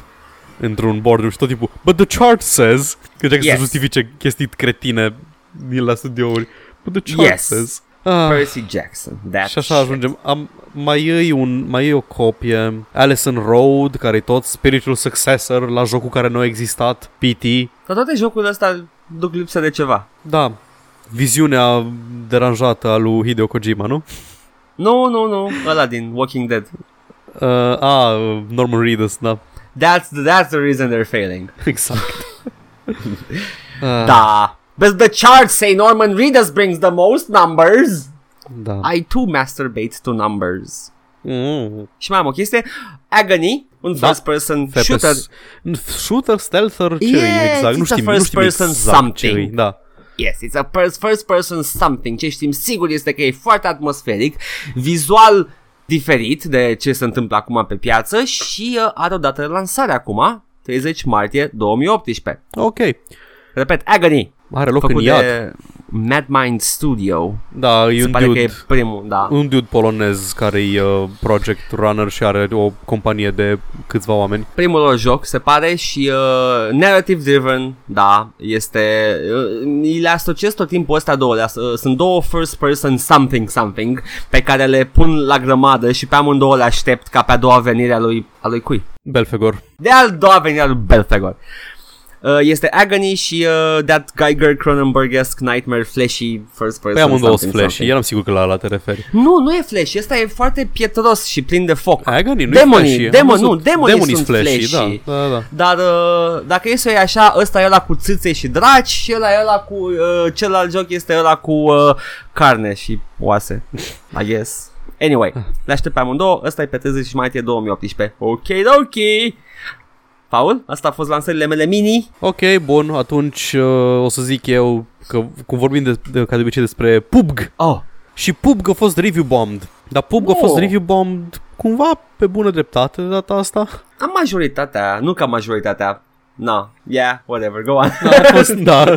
B: într-un boardroom și tot timpul But the chart says! Că yes. să
A: Yes.
B: justifice chestii cretine din la studiouri. But the chart
A: Yes. Păi
B: says! Ah.
A: Percy Jackson. That
B: Și așa
A: shit.
B: ajungem. Am, mai iei un, mai iei o copie. Alison Road, care e tot spiritual successor la jocul care nu a existat, PT.
A: Dar toate jocurile astea duc lipsă de ceva.
B: Da, viziunea deranjată a lui Hideo Kojima, nu?
A: Nu, nu, nu, ăla din Walking Dead.
B: Uh, a, Norman Reedus, da,
A: That's, that's the reason they're failing.
B: exact. Ah.
A: Da. But the charts say Norman Reedus brings the most numbers.
B: da.
A: I too masturbate to numbers.
B: Mm.
A: Și mai am o chestie. Agony, un
B: Da.
A: first person
B: Fepes-
A: shooter.
B: Shooter, stealther, ce
A: Yes,
B: e exact?
A: it's
B: Nu
A: a
B: știm, nu
A: first
B: știm
A: person
B: exact ce e.
A: something.
B: Da.
A: Yes, it's a per- first person something. Ce știm sigur este că e foarte atmosferic, vizual diferit de ce se întâmplă acum pe piață și uh, are o dată de lansare acum, 30 martie 2018.
B: Ok.
A: Repet, Agony.
B: Are loc
A: făcut
B: în iad.
A: de Madmind Studio.
B: Da, e
A: Se
B: un
A: pare că
B: dude,
A: e primul, da.
B: un dude polonez care e uh, project runner și are o companie de câțiva oameni.
A: primul lor joc, se pare, și uh, narrative driven, da, este, uh, le asociez tot timpul ăsta două, le as- uh, sunt două first person something something pe care le pun la grămadă și pe amândouă le aștept ca pe a doua venire a lui, a lui cui?
B: Belfegor.
A: De al doua venire a lui Belfegor. Uh, este Agony și uh, that Geiger Cronenberg-esque nightmare flashy first person
B: Pe Păi amândouă sunt
A: something,
B: flash,
A: something.
B: eram sigur că la la te referi.
A: Nu, nu e flash, ăsta e foarte pietros și plin de foc.
B: Agony nu
A: Demonii,
B: e flashy. Am
A: demon-
B: văzut.
A: nu, demonii sunt flashy.
B: Da, da, da.
A: Dar uh, dacă e să o iei așa, ăsta e ăla cu țâțe și draci și ăla e ăla cu, uh, celălalt joc este ăla cu uh, carne și oase, I guess. Anyway, le aștept pe amândouă, ăsta e pe 30 martie 2018. Ok, ok. Paul, asta a fost lansările mele mini.
B: Ok, bun, atunci uh, o să zic eu că cum vorbim de, de, ca de obicei despre PUBG
A: Oh,
B: și PUBG a fost review bombed. Dar PUBG a
A: Oh.
B: fost review bombed cumva pe bună dreptate de data asta.
A: am majoritatea, nu ca majoritatea. Na, yeah, whatever, go on.
B: A fost, da,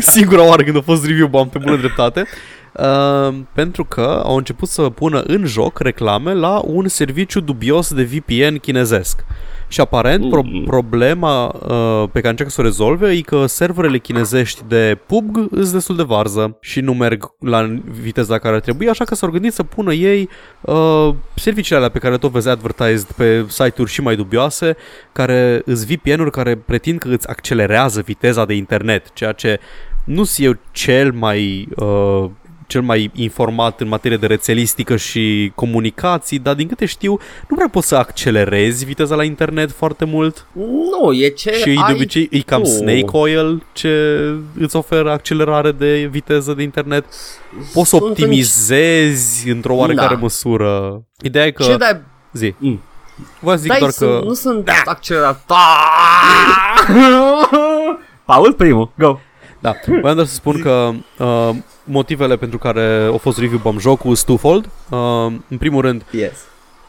B: singura oară când a fost review bomb pe bună dreptate. Uh, pentru că au început să pună în joc reclame la un serviciu dubios de VPN chinezesc. Și aparent pro- problema uh, pe care încearcă să o rezolve e că serverele chinezești de PUBG sunt destul de varză și nu merg la viteza care ar trebui, așa că s-au gândit să pună ei uh, serviciile alea pe care tot vezi advertised pe site-uri și mai dubioase, care îți VPN-uri care pretind că îți accelerează viteza de internet, ceea ce nu sunt eu cel mai uh, cel mai informat în materie de rețelistică și comunicații, dar din câte știu, nu prea poți să accelerezi viteza la internet foarte mult
A: nu, e ce
B: și
A: ai
B: de obicei e cam
A: tu.
B: snake oil ce îți oferă accelerare de viteză de internet. Poți să
A: Sunt
B: optimizezi într-o oarecare
A: Da.
B: măsură. Ideea e că...
A: Ce dai,
B: Zi.
A: Mm.
B: Vă zic
A: dai
B: doar
A: sunt,
B: că... Da.
A: nu sunt accelerat. Paul primul, go.
B: Da, voiam doar să spun că uh, motivele pentru care au fost review bomb jocul sunt twofold. Uh, în primul rând,
A: Yes.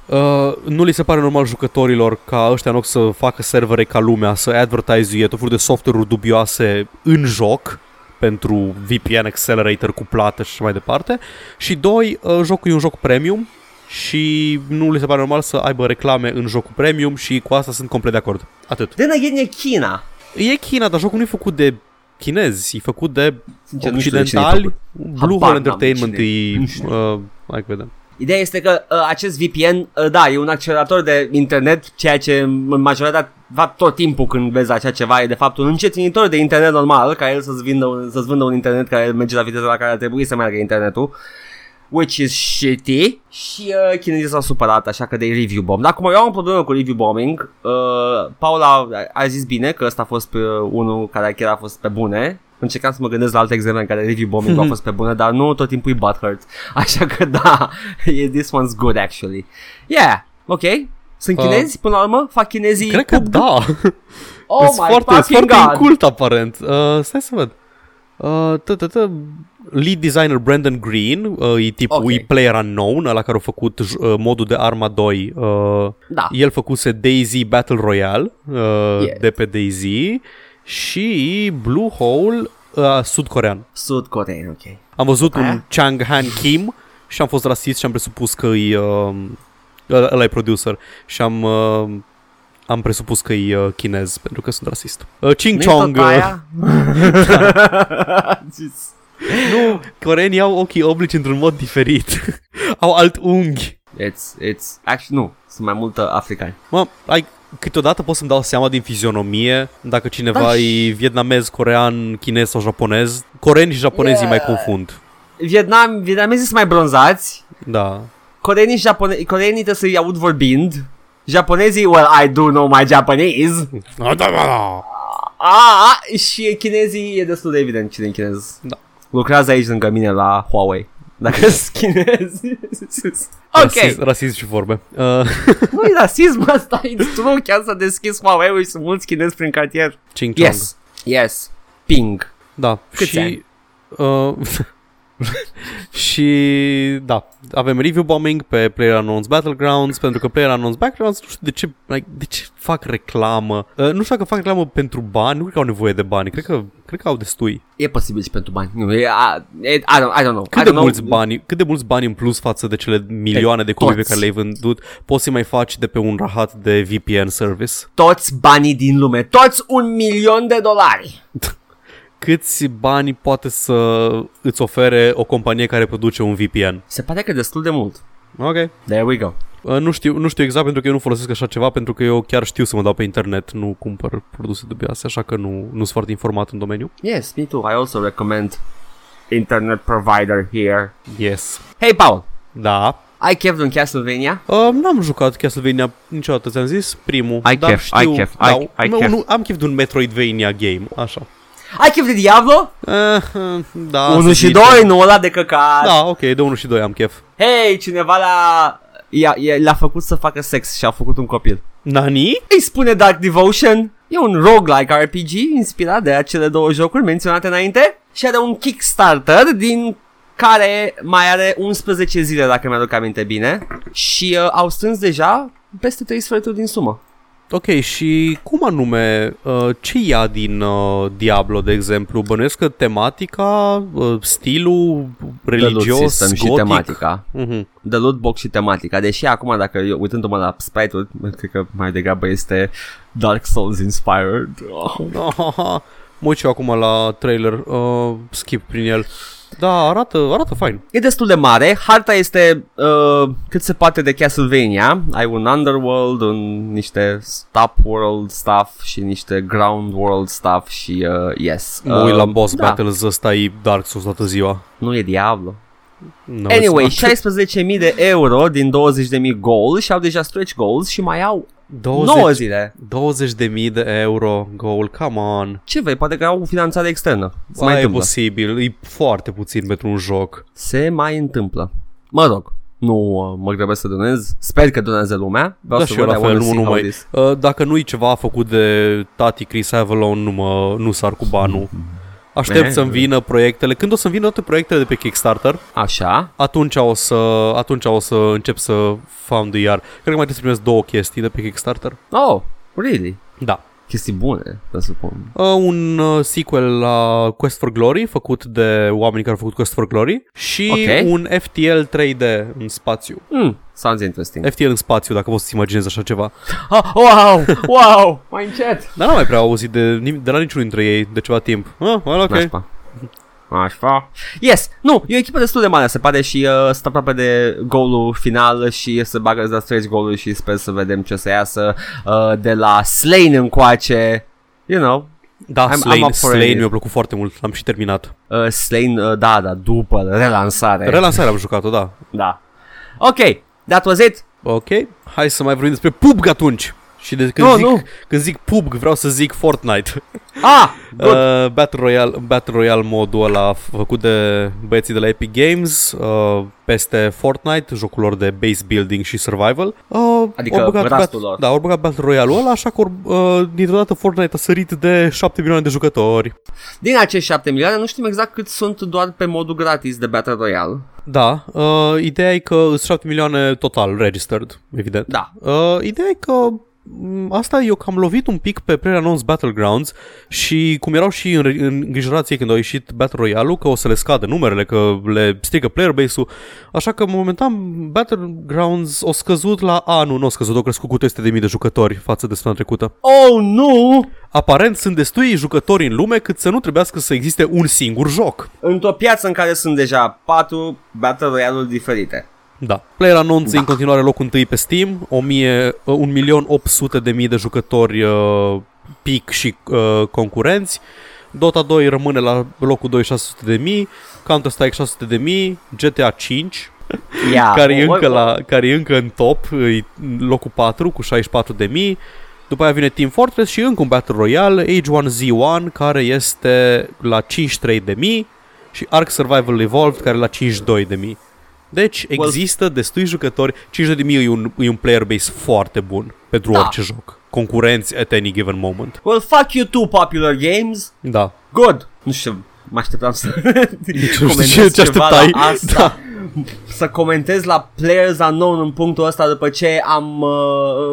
B: Uh, nu li se pare normal jucătorilor ca ăștia în loc să facă servere ca lumea, să advertise-uie tot felul de software-uri dubioase în joc pentru VPN Accelerator cu plată și așa mai departe. Și doi, uh, jocul e un joc premium și nu li se pare normal să aibă reclame în jocul premium și cu asta sunt complet de acord. Atât.
A: Then again e China.
B: E China, dar jocul nu e făcut de chinezi, e făcut de
A: Sincer, nu știu de cine e
B: occidentali.
A: făcut.
B: Blue
A: Habar
B: Hole
A: n-am
B: Entertainment
A: cine
B: e... Uh, hai că vedem.
A: Ideea este că uh, acest VPN, uh, da, e un accelerator de internet, ceea ce în majoritatea, de fapt, tot timpul când vezi așa ceva, e de fapt un încetinitor de internet normal, ca el să-ți, vindă un, să-ți vândă un internet care merge la viteza la care ar trebui să meargă internetul. Which is shitty Și uh, chinezii s-au supărat Așa că de review bomb Dar acum eu am o problemă cu review bombing uh, Paula a- a zis bine Că ăsta a fost pe unul Care chiar a fost pe bune Încercam să mă gândesc la alte exemple în care review bombing a fost pe bune, dar nu tot timpul e butthurt. Așa că da, e- this one's good actually. Yeah, ok. Sunt
B: Uh,
A: chinezi până la urmă? Fac chinezii?
B: Cred că
A: pub-
B: da.
A: Oh
B: Sunt
A: my
B: foarte, sunt
A: fucking
B: foarte
A: god!
B: incult aparent. Uh, stai să văd. Uh, tă, tă, tă, lead designer Brandon Green uh, e tipul
A: Ok.
B: okay. e player unknown ăla care a făcut j- uh, modul de Arma 2 uh,
A: Da.
B: el făcuse Daisy Battle Royale uh,
A: Yes.
B: de pe Daisy și Blue Hole uh, sud-corean
A: Sud Corean, ok.
B: am văzut
A: Aia?
B: un Chang Han Kim și am fost rasist și am presupus că e uh, ăla e producer și am uh, am presupus că e uh, chinez pentru că sunt rasist. Uh, Ching
A: Nu-i
B: Chong.
A: tot
B: Uh,
A: aia? Jesus.
B: nu, coreenii au ochii oblici într-un mod diferit. au alt unghi.
A: It's, it's, actually, nu, sunt mai mult uh, africani.
B: Mă, ai, câteodată pot să-mi dau seama din fizionomie dacă cineva
A: Da,
B: e vietnamez, corean, chinez sau japonez. Coreeni și japonezii
A: Yeah.
B: mai confund.
A: Vietnam, vietnamezii sunt mai bronzați,
B: Da.
A: coreenii și japone- coreenii trebuie să-i aud vorbind, japonezii, well, I do know my Japanese, a, și chinezii e destul de evident cine e chinez.
B: Da.
A: Lucrează aici lângă mine la Huawei. Dacă sunt chinezi.
B: Rasism,
A: ok,
B: rasism și vorbe. Uh,
A: nu-i rasism asta, e true, chiar să deschis Huawei și sunt mulți chinezi prin cartier.
B: Ching Chong.
A: Yes, yes, ping.
B: Da,
A: Câți
B: și
A: ani?
B: uh, și da, avem review bombing pe PlayerUnknown's Battlegrounds pentru că PlayerUnknown's Battlegrounds nu știu de ce, like, de ce fac reclamă. Uh, nu știu dacă fac reclamă pentru bani, nu cred că au nevoie de bani, cred că, cred că au destui.
A: E posibil și pentru bani. Nu, e, a, e, I, don't, I don't know.
B: Cât
A: I
B: de,
A: don't know.
B: mulți bani, cât de mulți bani în plus față de cele milioane de copii pe
A: toți.
B: care le-ai vândut poți să mai faci de pe un rahat de VPN service?
A: Toți banii din lume. Toți un milion de dolari.
B: Câți bani poate să îți ofere o companie care produce un VPN?
A: Se pare că destul de mult.
B: Ok.
A: There we go.
B: Uh, Nu știu, nu știu exact pentru că eu nu folosesc așa ceva pentru că eu chiar știu să mă dau pe internet, nu cumpăr produse dubioase, așa că nu, nu sunt foarte informat în domeniu.
A: Yes, me too. I also recommend internet provider here.
B: Yes.
A: Hey, Paul.
B: Da.
A: Ai chef de un Castlevania?
B: Uh, n-am jucat Castlevania niciodată, ți-am zis, primul.
C: Ai
B: dar
C: chef,
B: știu,
C: ai chef,
B: da,
C: ai- ai
B: mă,
C: chef.
B: Nu, am chef de un Metroidvania game, așa.
A: Ai chef de Diablo?
B: Uh, uh, da, să
A: 1 și
B: zicem.
A: 2, nu ăla de căcat.
B: Da, ok, de 1 și 2 am chef.
A: Hei, cineva l-a... I-a, i-a, l-a făcut să facă sex și a făcut un copil.
B: Nani?
A: Îi spune Dark Devotion. E un roguelike RPG inspirat de acele două jocuri menționate înainte și are un Kickstarter din care mai are 11 zile, dacă mi-aduc aminte bine, și uh, au strâns deja peste 3 sferturi din sumă.
B: Ok, și cum anume, uh, ce ia din uh, Diablo, de exemplu? Bănuiesc că tematica, uh, stilul religios,
A: system
B: gotic?
A: și tematica.
B: Mhm.
A: The loot box și tematica, deși acum dacă eu, uitându-mă la sprite-ul, cred că mai degrabă este Dark Souls inspired. Oh.
B: Ahaha. Mă uit și eu acum la trailer, uh, skip prin el. Da, arată, arată fain.
A: E destul de mare, harta este uh, cât se poate de Castlevania, ai un underworld, un, niște stop world stuff și niște ground world stuff și uh, yes.
B: Mă uit la
A: Uh,
B: boss
A: da,
B: battles, ăsta e Dark Souls toată ziua.
A: Nu e Diablo.
B: No, it's
A: Anyway,
B: not.
A: 16.000 de euro din 20.000 goal și au deja stretch goals și mai au 9
B: 20,
A: zile.
B: 20.000 de euro goal, come on.
A: Ce vei, poate că au finanțare externă. Se mai
B: Mai e
A: întâmplă.
B: posibil, e foarte puțin pentru un joc.
A: Se mai întâmplă. Mă rog, nu uh, mă grăbesc să donez, sper că donează lumea. Vreau
B: Da,
A: să
B: și eu
A: văd,
B: la
A: I
B: fel,
A: wanna
B: nu,
A: see
B: nu
A: how
B: mai...
A: it is.
B: Uh, Dacă nu-i ceva făcut de tati Chris Avalon, nu, mă, nu sar cu banul. Aștept
A: Eh.
B: să-mi vină proiectele. Când o să-mi vină toate proiectele de pe Kickstarter,
A: Așa,
B: atunci o să, atunci o să încep să found iar. Cred că mai trebuie să primesc două chestii de pe Kickstarter.
A: Oh, really?
B: Da.
A: Chestii bune, presupun.
B: Uh, un uh, sequel la Quest for Glory, făcut de oamenii care au făcut Quest for Glory și
A: Ok.
B: un FTL 3D în spațiu.
A: Hmm, sounds interesting.
B: FTL în spațiu, dacă poți să-ți imaginezi așa ceva.
A: Oh, wow, wow, mai încet.
B: Dar n-am mai prea auzit de, nim- de la niciunul dintre ei de ceva timp. Ah, well, ok.
A: Nașpa. Așa. Yes, nu, e o echipă destul de mare, se pare și uh, stă aproape de golul final și se bagă la stretch golul și sper să vedem ce o să iasă uh, de la Slain încoace. You know,
B: Da,
A: I'm-
B: I'm,
A: I'm
B: Slain,
A: up
B: I'm
A: for
B: Slain
A: it.
B: mi-a plăcut foarte mult, l-am și terminat.
A: uh, Slain, uh, da, da, după relansare.
B: Relansarea am jucat-o, da.
A: da. Ok, that was it.
B: Ok, hai să mai vorbim despre PUBG atunci. Și de, când,
A: Nu,
B: zic,
A: nu.
B: când zic PUBG vreau să zic Fortnite.
A: Ah, good.
B: Uh, Battle Royale, Battle Royale modul ăla făcut de băieții de la Epic Games uh, peste Fortnite, jocul lor de base building și survival. Uh,
A: Adică
B: au băgat
A: rastul
B: bat-
A: lor.
B: Da, au băgat Battle Royale-ul ăla, așa că or- uh, dintr-o dată Fortnite a sărit de 7 milioane de jucători.
A: Din acești 7 milioane nu știm exact cât sunt doar pe modul gratis de Battle Royale.
B: Da, uh, ideea e că sunt 7 milioane total registered, evident.
A: Da.
B: Uh, ideea e că m, asta eu cam lovit un pic pe pre-announce Battlegrounds și cum erau și în- îngrijorați ei când au ieșit Battle Royale-ul că o să le scadă numerele, că le strică player base-ul, așa că momentan Battlegrounds o scăzut la anul, nu o scăzut, o crescut cu 300.000 de jucători față de săptămâna trecută.
A: Oh, nu!
B: Aparent sunt destui jucători în lume cât să nu trebuiască să existe un singur joc.
A: Într-o piață în care sunt deja patru Battle Royale-uri diferite.
B: Da. Player anunță da. în continuare locul întâi pe Steam, uh, 1000, 1.800.000 de jucători uh, pic și uh, concurenți. Dota 2 rămâne la locul 2 600.000, Counter-Strike 600.000, GTA 5
A: Ia,
B: care, e
A: o-
B: încă
A: o-
B: la, care e încă în top, e locul 4 cu 64.000. După aia vine Team Fortress și încă un Battle Royale, H1Z1 care este la 53.000 și Ark Survival Evolved care e la 52.000. Deci există destui jucători, 52.000 e un, e un player base foarte bun pentru
A: Da.
B: da. orice joc. Concurenți at any given moment.
A: Well, fuck you too, popular games.
B: Da.
A: Good. Nu știu, mă așteptam să
B: știu ce- ce
A: ceva
B: așteptai.
A: la asta. Da. Să comentez la Players Unknown în punctul ăsta după ce am... Uh,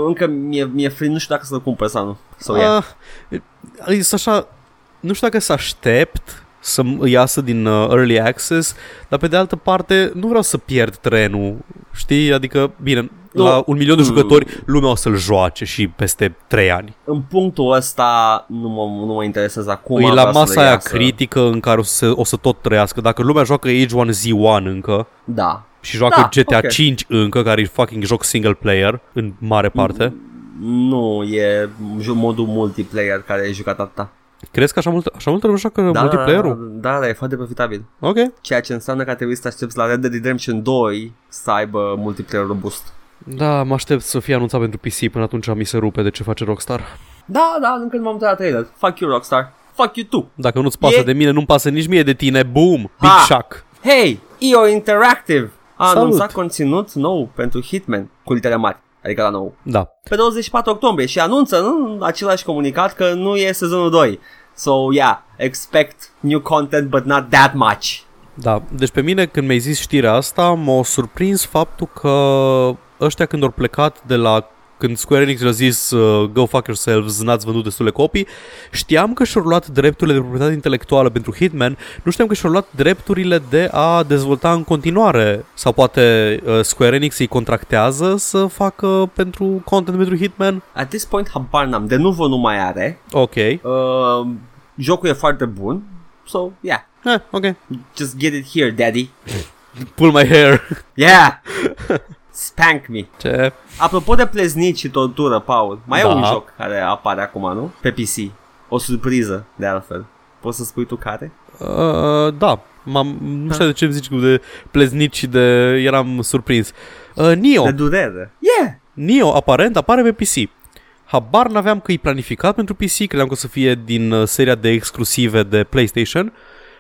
A: încă mi-e, mi-e frig, nu știu dacă să-l cumpăr sau nu. Sau ia.
B: Ah, e- e- sunt așa, nu știu dacă să aștept să m- iasă din uh, Early Access, dar pe de altă parte nu vreau să pierd trenul, știi? Adică, bine,
A: Nu.
B: la un milion de
A: Mm.
B: jucători lumea o să-l joace și peste trei ani.
A: În punctul ăsta nu mă, nu mă interesează acum.
B: e la
A: vreau să
B: masa
A: le
B: aia
A: iasă.
B: critică în care o să, o să tot trăiască. Dacă lumea joacă Age 1 Z1 încă
A: Da.
B: și joacă
A: Da,
B: GTA
A: ok.
B: 5 încă, care e fucking joc single player în mare parte,
A: Mm. Nu, e ju- modul multiplayer care e jucat atâta.
B: crezi că așa multă, așa multă lume joacă
A: Da,
B: multiplayer-ul?
A: Da, da, da, e foarte profitabil.
B: Ok.
A: Ceea ce înseamnă că trebuie să te aștepți la Red Dead Redemption 2 să aibă multiplayer robust.
B: Da, mă aștept să fie anunțat pentru PC, până atunci mi se rupe de ce face Rockstar.
A: Da, da, încă nu m-am uitat la trailer. Fuck you, Rockstar. Fuck you too.
B: Dacă nu-ți pasă
A: E-
B: de mine, nu-mi pasă nici mie de tine, boom, big
A: Ha!
B: shock.
A: Hey, EO Interactive a
B: Salut.
A: anunțat conținut nou pentru Hitman cu litere mari, adică la nou.
B: Da,
A: Pe 24 octombrie și anunță în același comunicat că nu e sezonul 2. So, yeah, expect new content but not that much.
B: da. Deci pe mine, când mi-ai zis știrea asta, m-a surprins faptul că ăștia când au plecat de la când Square Enix le-a zis uh, go fuck yourselves, n-ați vândut destule copii, știam că și-au luat drepturile de proprietate intelectuală pentru Hitman, nu știam că și-au luat drepturile de a dezvolta în continuare sau poate uh, Square Enix îi contractează să facă pentru content pentru Hitman.
A: At this point, habar n-am. De nu nu mai are.
B: Ok. Eh,
A: Uh, jocul e foarte bun. So, yeah.
B: ok.
A: Just get it here, daddy.
B: Pull my hair.
A: Yeah! Spank me.
B: Ce?
A: Apropo de pleznici și tortură, Paul, mai
B: Da.
A: e un joc care apare acum, nu? Pe PC. O surpriză, de altfel. Poți să spui tu care?
B: Uh, da. M-am, nu știu de ce îmi zici cu de pleznit și de... Eram surprins. Uh, Nio.
A: De durere. Yeah!
B: Nio aparent apare pe PC. Habar n-aveam că e planificat pentru PC, credeam că o să fie din uh, seria de exclusive de PlayStation.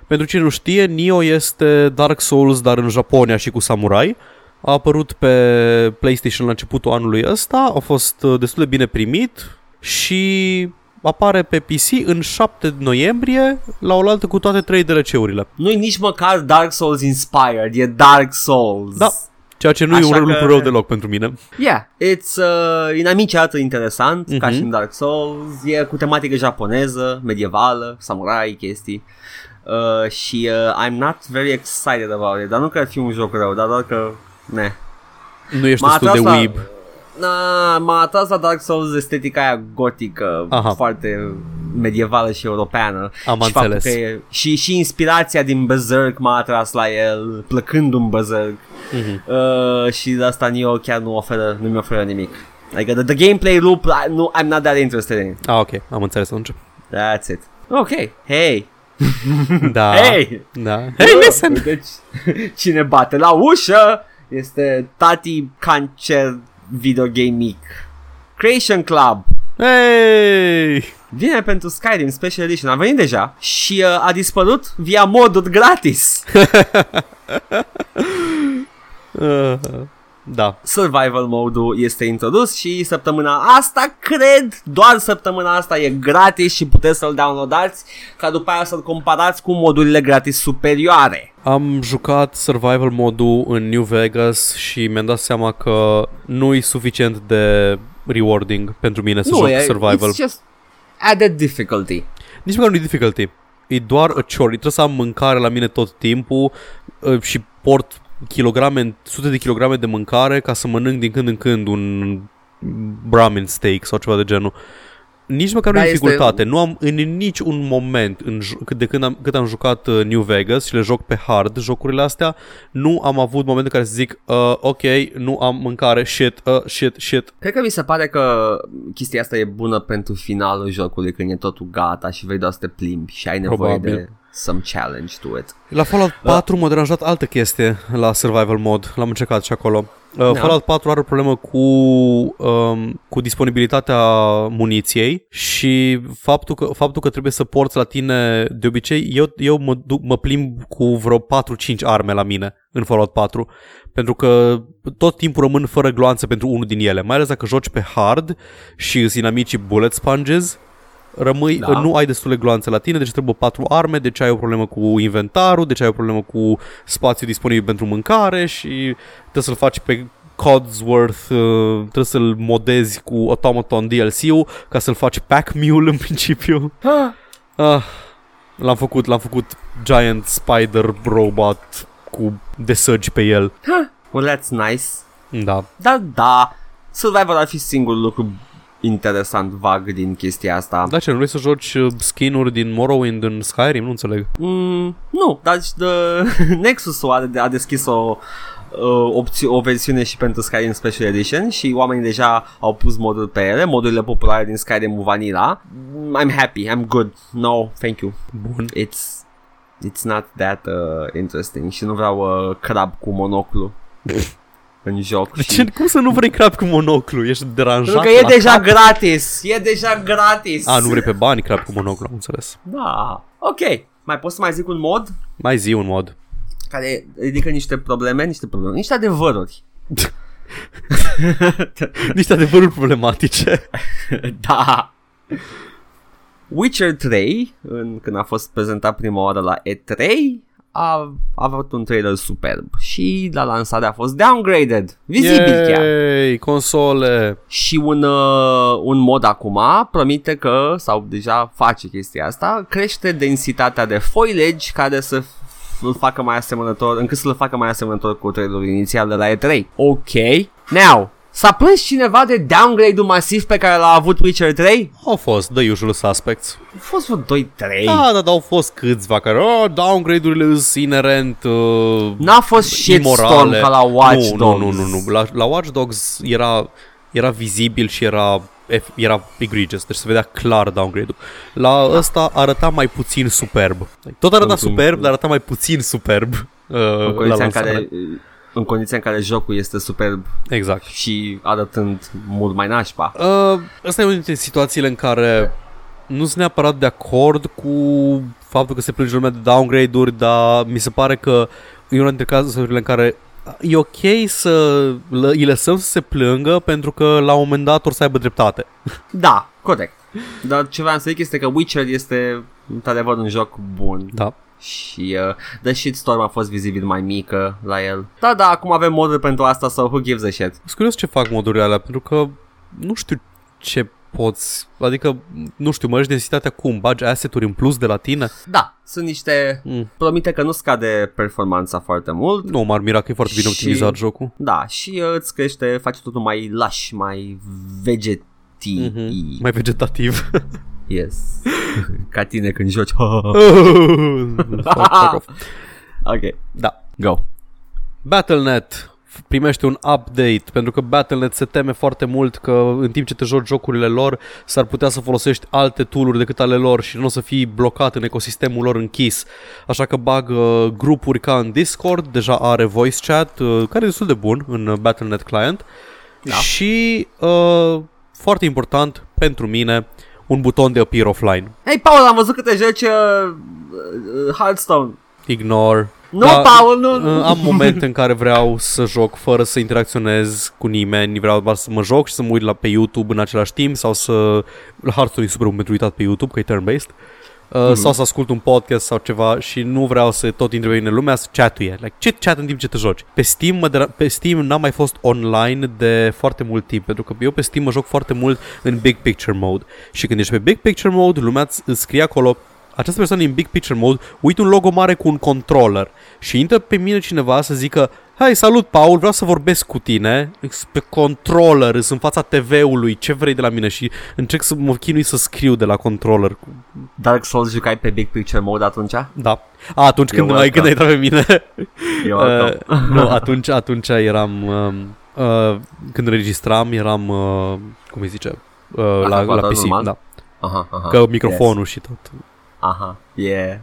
B: Pentru cine nu știe, Nio este Dark Souls, dar în Japonia și cu samurai. A apărut pe PlayStation la începutul anului ăsta, a fost uh, destul de bine primit și apare pe PC în 7 noiembrie, la oaltă cu toate 3 DLC-urile.
A: Nu-i nici măcar Dark Souls inspired, e Dark Souls.
B: Da, ceea ce nu
A: Așa
B: e un
A: că-
B: lucru rău deloc pentru mine.
A: Yeah, it's uh, inamiciat interesant, mm-hmm. ca
B: Mhm.
A: și în Dark Souls, e cu tematică japoneză, medievală, samurai, chestii. Uh, și uh, I'm not very excited about it, dar nu că ar fi un joc rău, dar doar că, ne.
B: Nu ești
A: M-a
B: destul de
A: atras la-
B: weeb.
A: Na, m-a atras la Dark Souls estetica aia gotică,
B: Aha.
A: Aha. foarte medievală și europeană.
B: Am
A: și faptul
B: înțeles.
A: Că e, și, și inspirația din Berserk m-a atras la el, plăcând un Berserk.
B: Mhm.
A: Uh, și de asta Neo chiar nu oferă, nu mi oferă nimic. Adică the, the gameplay loop, I, nu, I'm not that interested in it.
B: Ah, ok, am înțeles atunci.
A: That's it. Ok, hey,
B: Da.
A: hey!
B: Da. Hey, listen!
A: Deci, cine bate la ușă este tati cancer videogame mic. Creation Club.
B: Hey!
A: Vine pentru Skyrim Special Edition, a venit deja și uh, a dispărut via modul gratis.
B: Uh, da.
A: Survival mode-ul este introdus și săptămâna asta, cred, doar săptămâna asta e gratis și puteți să-l downloadați ca după aia să-l comparați cu modurile gratis superioare.
B: Am jucat survival modul în New Vegas și mi-am dat seama că nu e suficient de rewarding pentru mine să joc survival.
A: it's just added difficulty.
B: Nici măcar nu e difficulty. E doar a chore. Trebuie să am mâncare la mine tot timpul uh, și port kilograme, sute de kilograme de mâncare ca să mănânc din când în când un Brahmin steak sau ceva de genul. Nici măcar nu
A: Da,
B: e
A: este-
B: dificultate. Nu am în niciun moment în ju- cât de când am, cât am jucat uh, New Vegas și le joc pe hard jocurile astea, nu am avut momente în care să zic uh, ok, nu am mâncare, shit, uh, shit, shit.
A: Cred că mi se pare că chestia asta e bună pentru finalul jocului când e totul gata și vei doar să te plimbi și ai nevoie
B: Probabil.
A: de some challenge to it.
B: La Fallout 4 m-a deranjat altă chestie la survival mod, l-am încercat și acolo. Uh,
A: Da.
B: Fallout 4 are o problemă cu, um, cu disponibilitatea muniției și faptul că, faptul că trebuie să porți la tine, de obicei, eu, eu mă, duc, mă plimb cu vreo 4-5 arme la mine în Fallout 4, pentru că tot timpul rămân fără gloanțe pentru unul din ele, mai ales dacă joci pe hard și îți inamicii bullet sponges, rămâi,
A: Da.
B: da. nu ai destule gloanțe la tine, deci trebuie patru arme, deci ai o problemă cu inventarul, deci ai o problemă cu spațiu disponibil pentru mâncare și trebuie să-l faci pe Codsworth, uh, trebuie să-l modezi cu Automaton DLC-ul ca să-l faci pack mule în principiu. Ah, l-am făcut, l-am făcut Giant Spider Robot cu desăgi pe el.
A: Well, that's nice.
B: Da.
A: Dar da, Survivor ar fi singurul lucru interesant vag din chestia asta.
B: Da, ce, nu vrei să joci uh, skin-uri din Morrowind în Skyrim? Nu înțeleg.
A: Mm, nu, dar și de... Nexus-ul a, a deschis o, o, opți- o versiune și pentru Skyrim Special Edition și oamenii deja au pus moduri pe ele, modurile populare din Skyrim Vanilla. Mm, I'm happy, I'm good. No, thank you.
B: Bun.
A: It's it's not that uh, interesting și nu vreau uh, crab cu monoclu în joc.
B: De
A: și-
B: ce, cum să nu vrei crab cu monoclu? Ești deranjat
A: Pentru că e
B: la
A: deja
B: cap?
A: gratis, e deja gratis.
B: A, nu vrei pe bani crab cu monoclu, am înțeles.
A: Da. Ok, mai poți să mai zic un mod
B: Mai zi un mod.
A: care ridică niște probleme, niște probleme, niște adevăruri.
B: Niște adevăruri problematice.
A: da. Witcher 3, în, când a fost prezentat prima oară la E3, a, a avut un trailer superb și la lansare a fost downgraded, vizibil yeah. chiar.
B: Yay, console.
A: Și un, uh, un mod acum promite că, sau deja face chestia asta, crește densitatea de foliage care să f- îl facă mai asemănător, încât să-l facă mai asemănător cu trailerul inițial de la E3. Ok. Now, s-a plâns cineva de downgrade-ul masiv pe care l-a avut Witcher 3?
B: Au fost The Usual Suspects.
A: Au fost vreo 2-3.
B: Da, da, da, au fost câțiva care, oh, downgrade-urile sunt inerent uh,
A: N-a fost shitstorm
B: imorale.
A: ca la Watch
B: nu,
A: Dogs.
B: Nu, nu, nu, nu. La, la Watch Dogs era, era vizibil și era, ef- era egregious, deci se vedea clar downgrade-ul. La ăsta arăta mai puțin superb. Tot arăta
A: În-
B: superb, dar arăta mai puțin superb.
A: În
B: Uh, la
A: condiția în
B: lansare.
A: care, în condiția în care jocul este superb
B: Exact.
A: și arătând mult mai nașpa.
B: Uh, asta e una dintre situațiile în care nu sunt neapărat de acord cu faptul că se plânge lumea de downgrade-uri, dar mi se pare că e una dintre cazurile în care e ok să lă- îi lăsăm să se plângă pentru că la un moment dat or să aibă dreptate.
A: Da, corect. Dar ce vreau să zic este că Witcher este într-adevăr un joc bun
B: Da.
A: și uh, The Shitstorm a fost vizibil mai mică la el. Da, da, acum avem moduri pentru asta, so who gives a shit?
B: Sunt curios ce fac modurile alea, pentru că nu știu ce poți, adică, nu știu, mărești densitatea cum, bagi asset-uri în plus de la tine?
A: Da, sunt niște...
B: Mm.
A: Promite că nu scade performanța foarte mult.
B: Nu m-ar mira că e foarte bine
A: Și-
B: optimizat jocul.
A: Da, și uh, îți crește, face totul mai laș, mai vegetii.
B: Mhm. Mai vegetativ.
A: Yes. Ca tine când joci.
B: Fuck, fuck off.
A: ok,
B: Da.
A: go.
B: Battle.net f- primește un update pentru că Battle.net se teme foarte mult că în timp ce te joci jocurile lor s-ar putea să folosești alte tooluri decât ale lor și nu o să fii blocat în ecosistemul lor închis. Așa că bag uh, grupuri ca în Discord, deja are voice chat, uh, care e destul de bun în uh, Battle.net client.
A: Da.
B: Și uh, foarte important pentru mine, un buton de appear offline.
A: Hei, Paul, am văzut că te joci uh, uh, Hearthstone.
B: Ignore.
A: Nu, Paul, nu, nu.
B: uh, Am momente în care vreau să joc fără să interacționez cu nimeni, vreau doar să mă joc și să mă uit la pe YouTube în același timp sau să... Hearthstone e super bun pentru uitat pe YouTube, că e turn-based.
A: Mhm.
B: Uh, mm-hmm. sau să ascult un podcast sau ceva și nu vreau să tot intervine lumea să chatuie. Like, ce chat în timp ce te joci? Pe Steam, mă dera- pe Steam n-am mai fost online de foarte mult timp, pentru că eu pe Steam mă joc foarte mult în Big Picture Mode. Și când ești pe Big Picture Mode, lumea îți îți scrie acolo această persoană din Big Picture Mode uită un logo mare cu un controller și intră pe mine cineva să zică Hai, salut, Paul, vreau să vorbesc cu tine Ex- pe controller, sunt în fața TV-ului, ce vrei de la mine? Și încerc să mă chinui să scriu de la controller.
A: Dark Souls jucai pe Big Picture Mode atunci?
B: Da. A, atunci când,
A: Eu
B: mai,
A: asta.
B: când ai intrat pe mine.
A: Eu
B: Uh, nu, atunci, atunci eram... Um, uh, când înregistram, eram... Uh, cum îi zice? Uh, la, la
A: calculator
B: PC,
A: normal? Ah,
B: da.
A: aha, aha.
B: Că microfonul și tot.
A: Aha, yeah.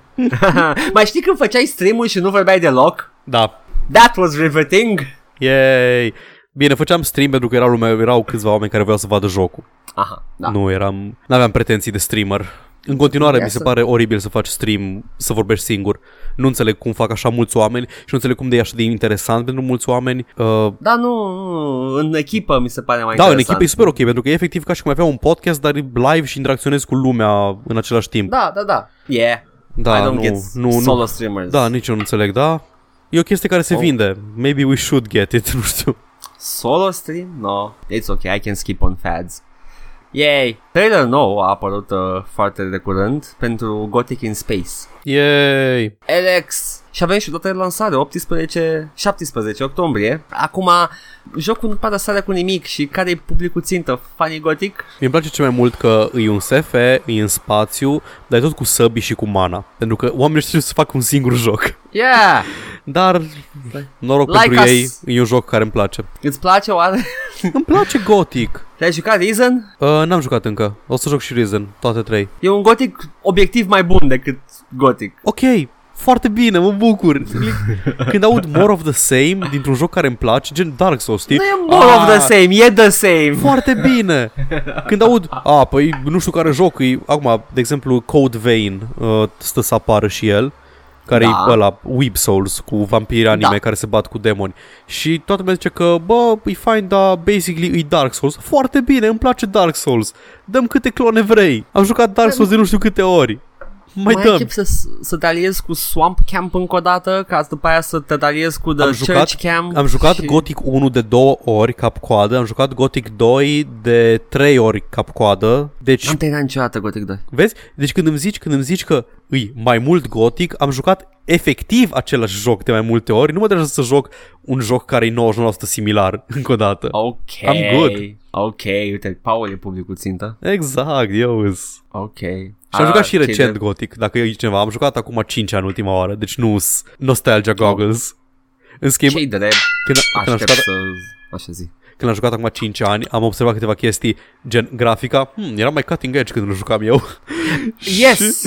A: Mai știi când făceai stream-ul și nu vorbeai deloc?
B: Da,
A: That was riveting.
B: Yay! Bine, făceam stream pentru că erau, lume, erau câțiva oameni care voiau să vadă jocul.
A: Aha, da.
B: Da. Nu eram, n-aveam pretenții de streamer. În continuare mi
D: Ia
B: se
D: să-
B: pare oribil să faci stream, să vorbești singur. Nu înțeleg cum fac așa mulți oameni și nu înțeleg cum de e așa de interesant pentru mulți oameni. Uh,
A: Da, nu, nu, în echipă mi se pare mai
B: da, în
A: interesant.
B: echipă e super ok, pentru că e efectiv ca și cum avea un podcast, dar e live și interacționezi cu lumea în același timp.
A: Da, da, da. Yeah.
B: Da,
A: I don't
B: nu,
A: get
B: nu, nu.
A: solo streamers.
B: Da, nici eu nu înțeleg, da? E o chestie care se
A: Oh.
B: vinde. Maybe we should get it, nu știu.
A: Solo stream? No. It's ok, I can skip on fads. Yay! Trailer nou a apărut uh, foarte de curând pentru Gothic in Space.
B: Yay!
A: Alex! Și avem și o dată de lansare, 18, 17 octombrie. Acum, jocul nu pare să cu nimic și care e publicul țintă? Fanii Gothic?
B: Mi-e place cel mai mult că e un SF, e în spațiu, dar e tot cu săbi și cu mana. Pentru că oamenii știu să facă un singur joc.
A: Yeah!
B: Dar noroc
A: Like
B: pentru
A: us.
B: ei, e un joc care îmi place.
A: Îți place oare?
B: îmi place Gothic.
A: Te-ai jucat Reason?
B: Uh, n-am jucat încă. O să joc și Risen, toate trei.
A: E un Gothic obiectiv mai bun decât Gothic.
B: Ok, foarte bine, mă bucur. Când aud more of the same dintr-un joc care îmi place, gen Dark Souls, știi?
A: Nu e more
B: Ah,
A: of the same, e the same.
B: Foarte bine! Când aud, a, păi nu știu care joc, e, acum, de exemplu, Code Vein uh, stă să apară și el, care da.
A: Da.
B: e ăla, Weep Souls, cu vampiri anime
A: Da.
B: da. care se bat cu demoni. Și toată lumea zice că, bă, e fain, dar basically e Dark Souls. Foarte bine, îmi place Dark Souls. Dăm câte clone vrei. Am jucat Dark Souls de nu știu câte ori. Mai,
A: mai
B: dăm.
A: încep să, să te aliezi cu Swamp Camp încă o dată, ca să după aia să te aliezi cu The
B: Am
A: Church
B: jucat,
A: Camp.
B: am jucat Gothic 1 de două ori cap-coadă, am jucat Gothic 2 de trei ori cap-coadă, deci
A: N-am terminat niciodată Gothic 2.
B: Vezi? Deci când îmi zici, când îmi zici că îi mai mult gotic, am jucat efectiv același joc de mai multe ori. Nu mă deranjează să joc un joc care e 99% similar încă o dată.
A: Ok.
B: I'm good.
A: Ok, uite, Paul e publicul țintă.
B: Exact, eu îs.
A: Ok. Ah,
B: Și am jucat și recent de... Gothic, dacă e cineva. Am jucat acum 5 ani ultima oară, deci nu nostalgia goggles. În schimb,
A: Cei de drept,
B: când, când, am
A: aștept
B: jucat,
A: să... Așa zi.
B: când am jucat acum 5 ani, am observat câteva chestii, gen grafica, hmm, era mai cutting edge când îl jucam eu.
A: Yes!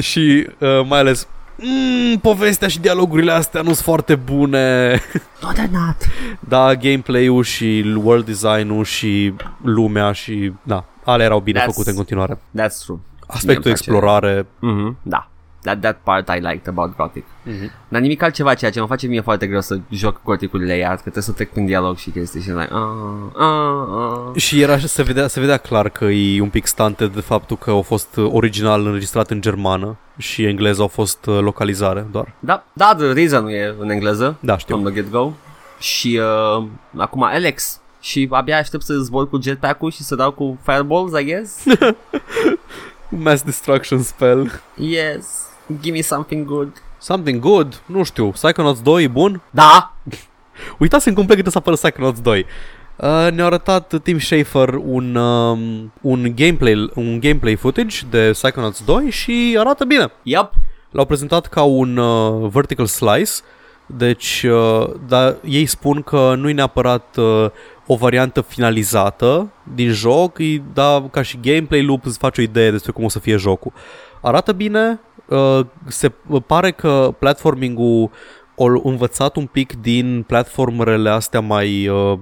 B: și uh, mai ales mm, povestea și dialogurile astea nu sunt foarte bune.
A: no, they're not.
B: Da, gameplay-ul și world design-ul și lumea și... Da, ale erau bine
A: That's-
B: făcute în continuare.
A: That's true.
B: Aspectul
A: Mie îmi place.
B: explorare...
A: Mhm, da. That, that part I liked about Gothic. Dar nimic altceva, ceea ce mă face mie foarte greu să joc Gothic-urile iar, că trebuie să trec prin dialog și chestii și like, ah, ah, ah.
B: Și era, se, vedea, se vedea clar că e un pic stunted de faptul că au fost uh, original înregistrat în germană și engleză au fost uh, localizare doar.
A: Da, da, The Reason e în engleză.
B: Da, știu.
A: From the get-go. Și uh, acum Alex. Și abia aștept să zbor cu jetpack-ul și să dau cu fireballs, I guess.
B: Mass Destruction Spell.
A: yes. Give me something good.
B: Something good, nu știu, Psychonauts 2 e bun?
A: Da!
B: Uitați-mi complet cât o să apară Psychonauts 2. Uh, ne-a arătat Tim Schafer un, um, un, gameplay, un gameplay footage de Psychonauts 2 și arată bine.
A: Yep.
B: L-au prezentat ca un uh, vertical slice, deci uh, dar ei spun că nu e neapărat uh, o variantă finalizată din joc, e- dar ca și gameplay loop îți face o idee despre cum o să fie jocul. Arată bine, uh, se pare că platforming-ul o învățat un pic din platformerele astea mai uh,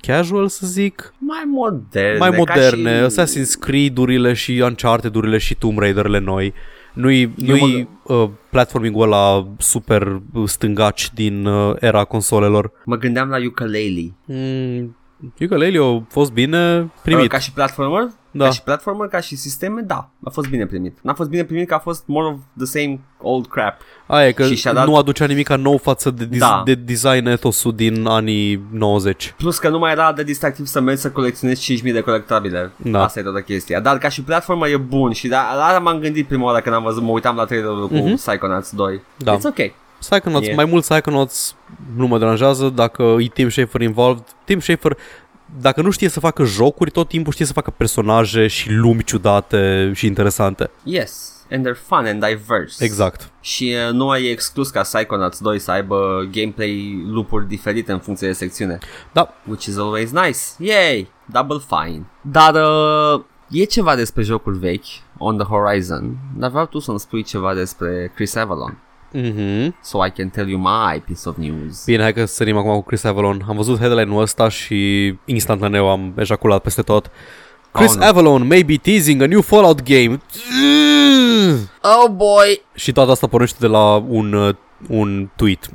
B: casual, să zic,
A: Mai moderne.
B: mai moderne,
A: ca
B: și... Assassin's Creed-urile și Uncharted-urile și Tomb Raider-le noi. Nu-i, nu-i uh, platforming-ul ăla super uh, stângaci din uh, era consolelor.
A: Mă gândeam la ukulele.
B: Mm, ukulele a fost bine primit.
A: Uh, Ca și platformer?
B: Da.
A: Ca și platformer, ca și sisteme, da. A fost bine primit. N-a fost bine primit că a fost more of the same old crap.
B: Aia e că
A: și și-a dat-
B: nu aducea nimic nou față de, dis-
A: Da.
B: da. de design etosul din anii 90.
A: Plus că nu mai era de distractiv să mergi să colecționezi 5000 de colectabile.
B: Da.
A: Asta e toată chestia. Dar ca și platformă e bun și da, la asta m-am gândit prima oară când am văzut, mă uitam la trailerul cu
B: Mhm.
A: Psychonauts 2.
B: Da.
A: It's ok.
B: Psychonauts,
A: E.
B: mai mult Psychonauts nu mă deranjează dacă e Tim Schafer involved. Tim Schafer, dacă nu știe să facă jocuri, tot timpul știe să facă personaje și lumi ciudate și interesante.
A: Yes. And they're fun and diverse.
B: Exact.
A: Și uh, nu e exclus ca Psychonauts 2 să aibă gameplay loop-uri diferite în funcție de secțiune.
B: Da,
A: Which is always nice. Yay! Double fine. Dar uh, e ceva despre jocul vechi, On the Horizon, dar vreau tu să-mi spui ceva despre Chris Avalon.
B: mm-hmm.
A: So I can tell you my piece of news.
B: bine, hai că sărim acum cu Chris Avalon. Am văzut headline-ul ăsta și instantaneu am ejaculat peste tot. Chris
C: Oh,
B: oh,
C: no.
B: no. Avalon may be teasing a new Fallout game.
C: Oh boy!
B: Și toată asta pornește de la un, uh, un tweet.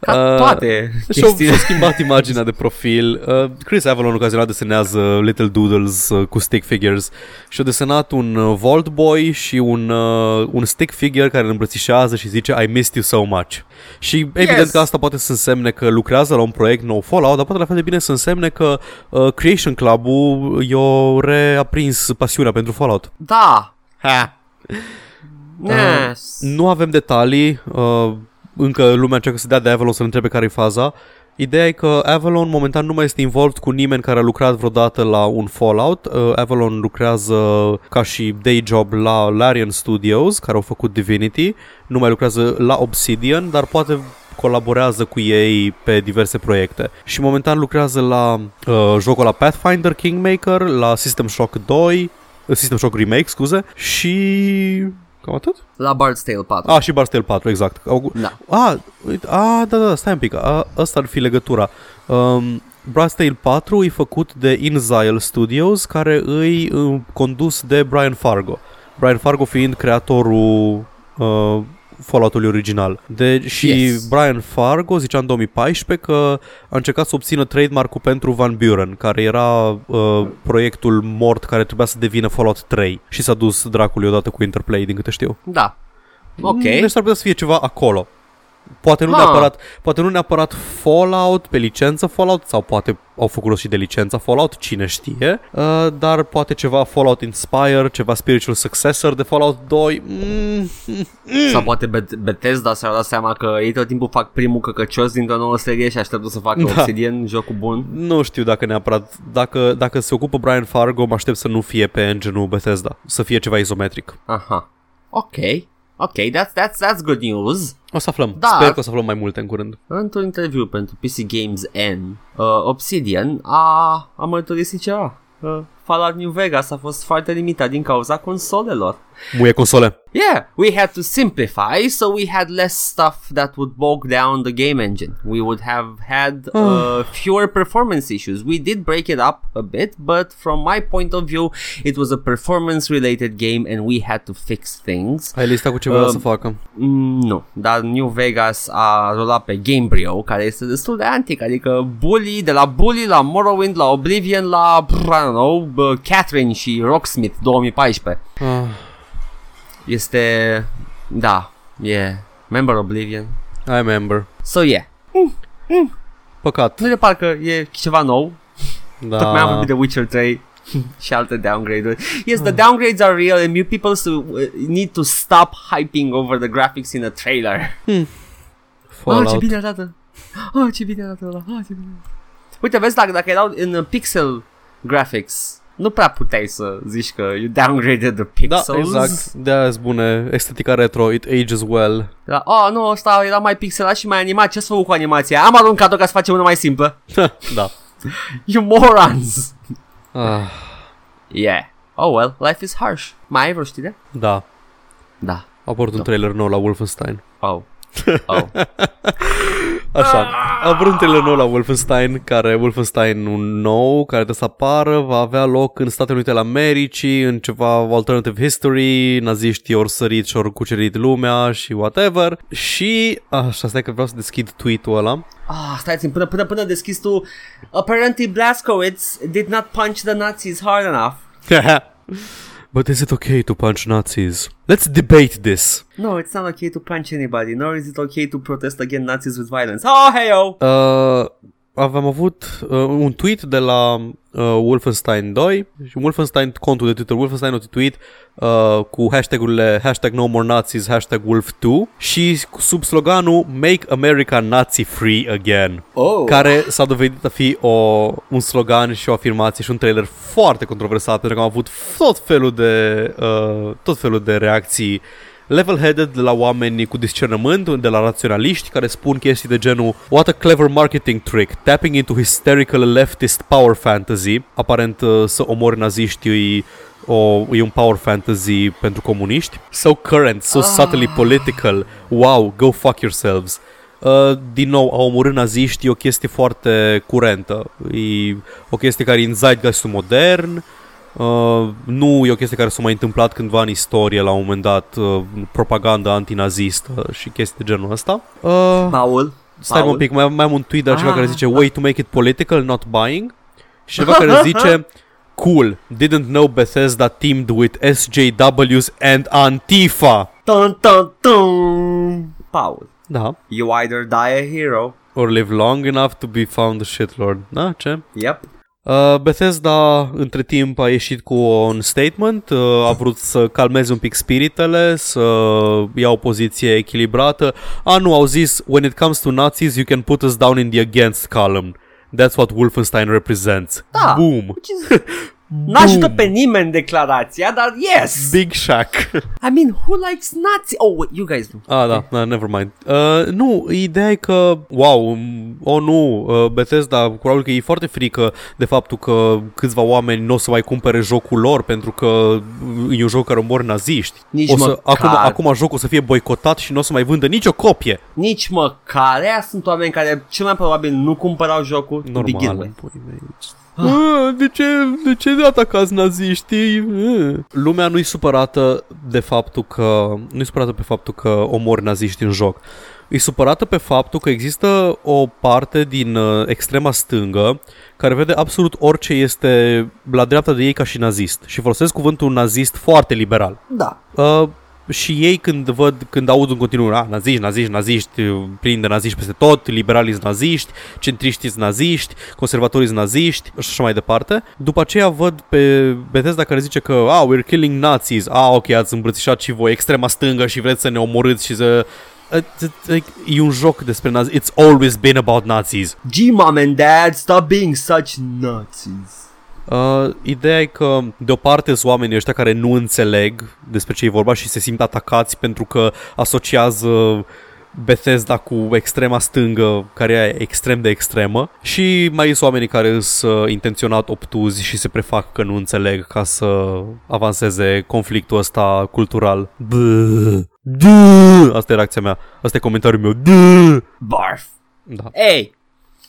A: Ca
B: Uh,
A: uh, toate
B: Și-au
A: chestiile.
B: și-au schimbat imaginea de profil. Uh, Chris Avalon ocazional desenează Little Doodles uh, cu stick figures și-a desenat un uh, Vault Boy și un, uh, un stick figure care îl îmbrățișează și zice I missed you so much. Și evident
A: Yes.
B: yes. că asta poate să însemne că lucrează la un proiect nou Fallout, dar poate la fel de bine să însemne că uh, Creation Club-ul i-a reaprins pasiunea pentru Fallout.
A: Da.
B: Ha. Uh,
A: Yes.
B: Nu avem detalii, uh, încă lumea încearcă să dea de Avalon să-l întrebe care e faza. Ideea e că Avalon momentan nu mai este involved cu nimeni care a lucrat vreodată la un Fallout. Uh, Avalon lucrează ca și day job la Larian Studios, care au făcut Divinity. Nu mai lucrează la Obsidian, dar poate colaborează cu ei pe diverse proiecte. Și momentan lucrează la uh, jocul la Pathfinder Kingmaker, la System Shock 2, uh, System Shock Remake, scuze, și... Cam atât?
C: La Bard's Tale 4.
B: A, și Bard's Tale 4, exact. Au-
C: Da.
B: A, uite, a, da, da, stai un pic, a, asta ar fi legătura. Um, Bard's Tale 4 e făcut de InZile Studios, care îi uh, condus de Brian Fargo. Brian Fargo fiind creatorul uh, Fallout-ului original. Deci și
C: Yes.
B: Brian Fargo zicea în 2014 că a încercat să obțină trademark-ul pentru Van Buren, care era uh, proiectul mort care trebuia să devină Fallout 3 și s-a dus dracului odată cu Interplay, din câte știu.
A: Da. Ok.
B: Deci ar putea să fie ceva acolo. Poate nu,
A: Ha.
B: neapărat, poate nu neapărat Fallout pe licență Fallout sau poate au făcut rost și de licența Fallout, cine știe, uh, dar poate ceva Fallout Inspire, ceva spiritual successor de Fallout 2. Mm.
A: Sau poate Bet- Bethesda s-ar dat seama că ei tot timpul fac primul căcăcios dintr-o nouă serie și așteaptă să facă
B: Da.
A: da. Obsidian, jocul bun.
B: Nu știu dacă neapărat, dacă, dacă se ocupă Brian Fargo, mă aștept să nu fie pe engine-ul Bethesda, să fie ceva izometric.
A: Aha. Ok. Ok, that's, that's, that's good news.
B: O să aflăm,
A: Da.
B: sper că o să aflăm mai multe în curând.
A: Într-un interviu pentru PC Games N, uh, Obsidian a, a mărturisit ceva. Uh, Fallout New Vegas a fost foarte limitat din cauza consolelor.
B: Muie console.
A: Yeah, we had to simplify, so we had less stuff that would bog down the game engine. We would have had uh, fewer performance issues. We did break it up a bit, but from my point of view, it was a performance related game and we had to fix things.
B: Ai lista cu ce vreau
A: Um,
B: să facă.
A: Mm, nu, dar New Vegas uh, a rolat pe Gamebryo, care este destul de antic, adică Bully, de la Bully la Morrowind, la Oblivion, la, pff, I don't know, bă, Catherine și Rocksmith 2014.
B: Ah.
A: Este... Da, e... Member Oblivion.
B: I remember.
A: So yeah,
B: Păcat.
A: nu de parcă e ceva nou,
B: Da.
A: tocmai am vorbit de Witcher 3 și alte downgrade-uri. Yes, the downgrades are real and you people so, uh, need to stop hyping over the graphics in a trailer. Ah, ce
B: Fallout.
A: bine arată! Ah, ce bine arată ăla! Ah, ce bine arată. Uite, vezi, dacă, dacă erau în uh, pixel graphics, nu prea puteai să zici că you downgraded the
B: Da,
A: pixels.
B: exact. De-aia bune. Estetica retro, it ages well.
A: Era, oh, nu, ăsta era mai pixelat și mai animat. Ce-ați făcut cu animația? Am aruncat-o ca să facem una mai simplă.
B: da.
A: You morons!
B: Ah,
A: Yeah. Oh, well, life is harsh. Mai ai vreo știre?
B: da.
A: Da.
B: A apărut un trailer nou la Wolfenstein.
A: Oh. Oh.
B: Așa. A apărut un trailer nou la Wolfenstein, care Wolfenstein un nou, care trebuie să apară, va avea loc în Statele Unite ale Americii, în ceva alternative history, naziștii ori sărit și ori cucerit lumea și whatever. Și, așa, stai că vreau să deschid tweet-ul ăla.
A: ah, stai țin, până, până, până deschizi tu. Apparently Blazkowicz did not punch the Nazis hard enough.
B: But is it okay to punch Nazis? Let's debate this.
A: No, it's not okay to punch anybody, nor is it okay to protest against Nazis with violence. Oh, hey, oh!
B: Uh, aveam avut uh, un tweet de la uh, Wolfenstein 2 și Wolfenstein, contul de Twitter Wolfenstein a tweet uh, cu hashtagurile hashtag no more Nazis, hashtag Wolf 2 și cu- sub sloganul Make America Nazi Free Again
A: Oh!
B: care s-a dovedit a fi o, un slogan și o afirmație și un trailer foarte controversat pentru că am avut tot felul de, uh, tot felul de reacții level-headed de la oameni cu discernământ, de la raționaliști care spun chestii de genul What a clever marketing trick, tapping into hysterical leftist power fantasy, aparent uh, să omori naziștii o, e un power fantasy pentru comuniști. So current, so subtly political. Wow, go fuck yourselves. Uh, din nou, a omorâ naziști e o chestie foarte curentă. E o chestie care e în zeitgeist modern. Uh, nu e o chestie care s-a mai întâmplat cândva în istorie la un moment dat uh, propaganda antinazistă și chestii de genul ăsta. Uh,
A: Paul.
B: stai mă
A: Paul?
B: un pic, mai, am- mai am un tweet de la cineva
A: Ah,
B: care zice Way to make it political, not buying Și cineva care zice Cool, didn't know Bethesda teamed with SJWs and Antifa
A: Dun, dun, dun. Paul.
B: Da,
A: You either die a hero.
B: or live long enough to be found a shitlord Da, ce?
A: Yep.
B: Uh, Bethesda între timp a ieșit cu un statement, uh, a vrut să calmeze un pic spiritele, să ia o poziție echilibrată. A, nu, au zis, when it comes to Nazis, you can put us down in the against column. That's what Wolfenstein represents.
A: Da.
B: Boom.
A: Nu ajută pe nimeni declarația, dar yes!
B: Big Shack.
A: I mean, who likes Nazi? Oh, wait, you guys do.
B: ah, da, da, never mind. Uh, nu, ideea e că, wow, m- oh nu, uh, Bethesda, probabil că e foarte frică de faptul că câțiva oameni nu o să mai cumpere jocul lor pentru că e un joc care omor naziști.
A: Nici
B: o să,
A: măcar.
B: acum, acum jocul o să fie boicotat și nu o să mai vândă nicio copie.
A: Nici măcar aia sunt oameni care cel mai probabil nu cumpărau jocul to begin
B: Normal.
A: with.
B: Pui mei. Ah, De ce, de ce atacați naziștii? Ah. Lumea nu-i supărată de faptul că nu-i supărată pe faptul că omor naziști în joc. E supărată pe faptul că există o parte din uh, extrema stângă care vede absolut orice este la dreapta de ei ca și nazist și folosesc cuvântul nazist foarte liberal.
A: Da.
B: Uh, și ei când văd, când aud în continuu, ah, naziști, naziști, naziști, plin de naziști peste tot, liberalii sunt naziști, centriștii sunt naziști, conservatorii sunt naziști și așa mai departe. După aceea văd pe Bethesda care zice că, ah, we're killing Nazis, ah, ok, ați îmbrățișat și voi extrema stângă și vreți să ne omorâți și să... Uh, t- t- E un joc despre nazi. It's always been about Nazis.
A: G-mom and dad, stop being such Nazis.
B: Uh, ideea e că de o parte sunt oamenii ăștia care nu înțeleg despre ce e vorba și se simt atacați pentru că asociază Bethesda cu extrema stângă, care e extrem de extremă și mai sunt oamenii care sunt uh, intenționat obtuzi și se prefac că nu înțeleg ca să avanseze conflictul ăsta cultural. Bă, dă, asta e reacția mea, asta e comentariul meu. Bă.
A: Barf.
B: Da.
A: Ei,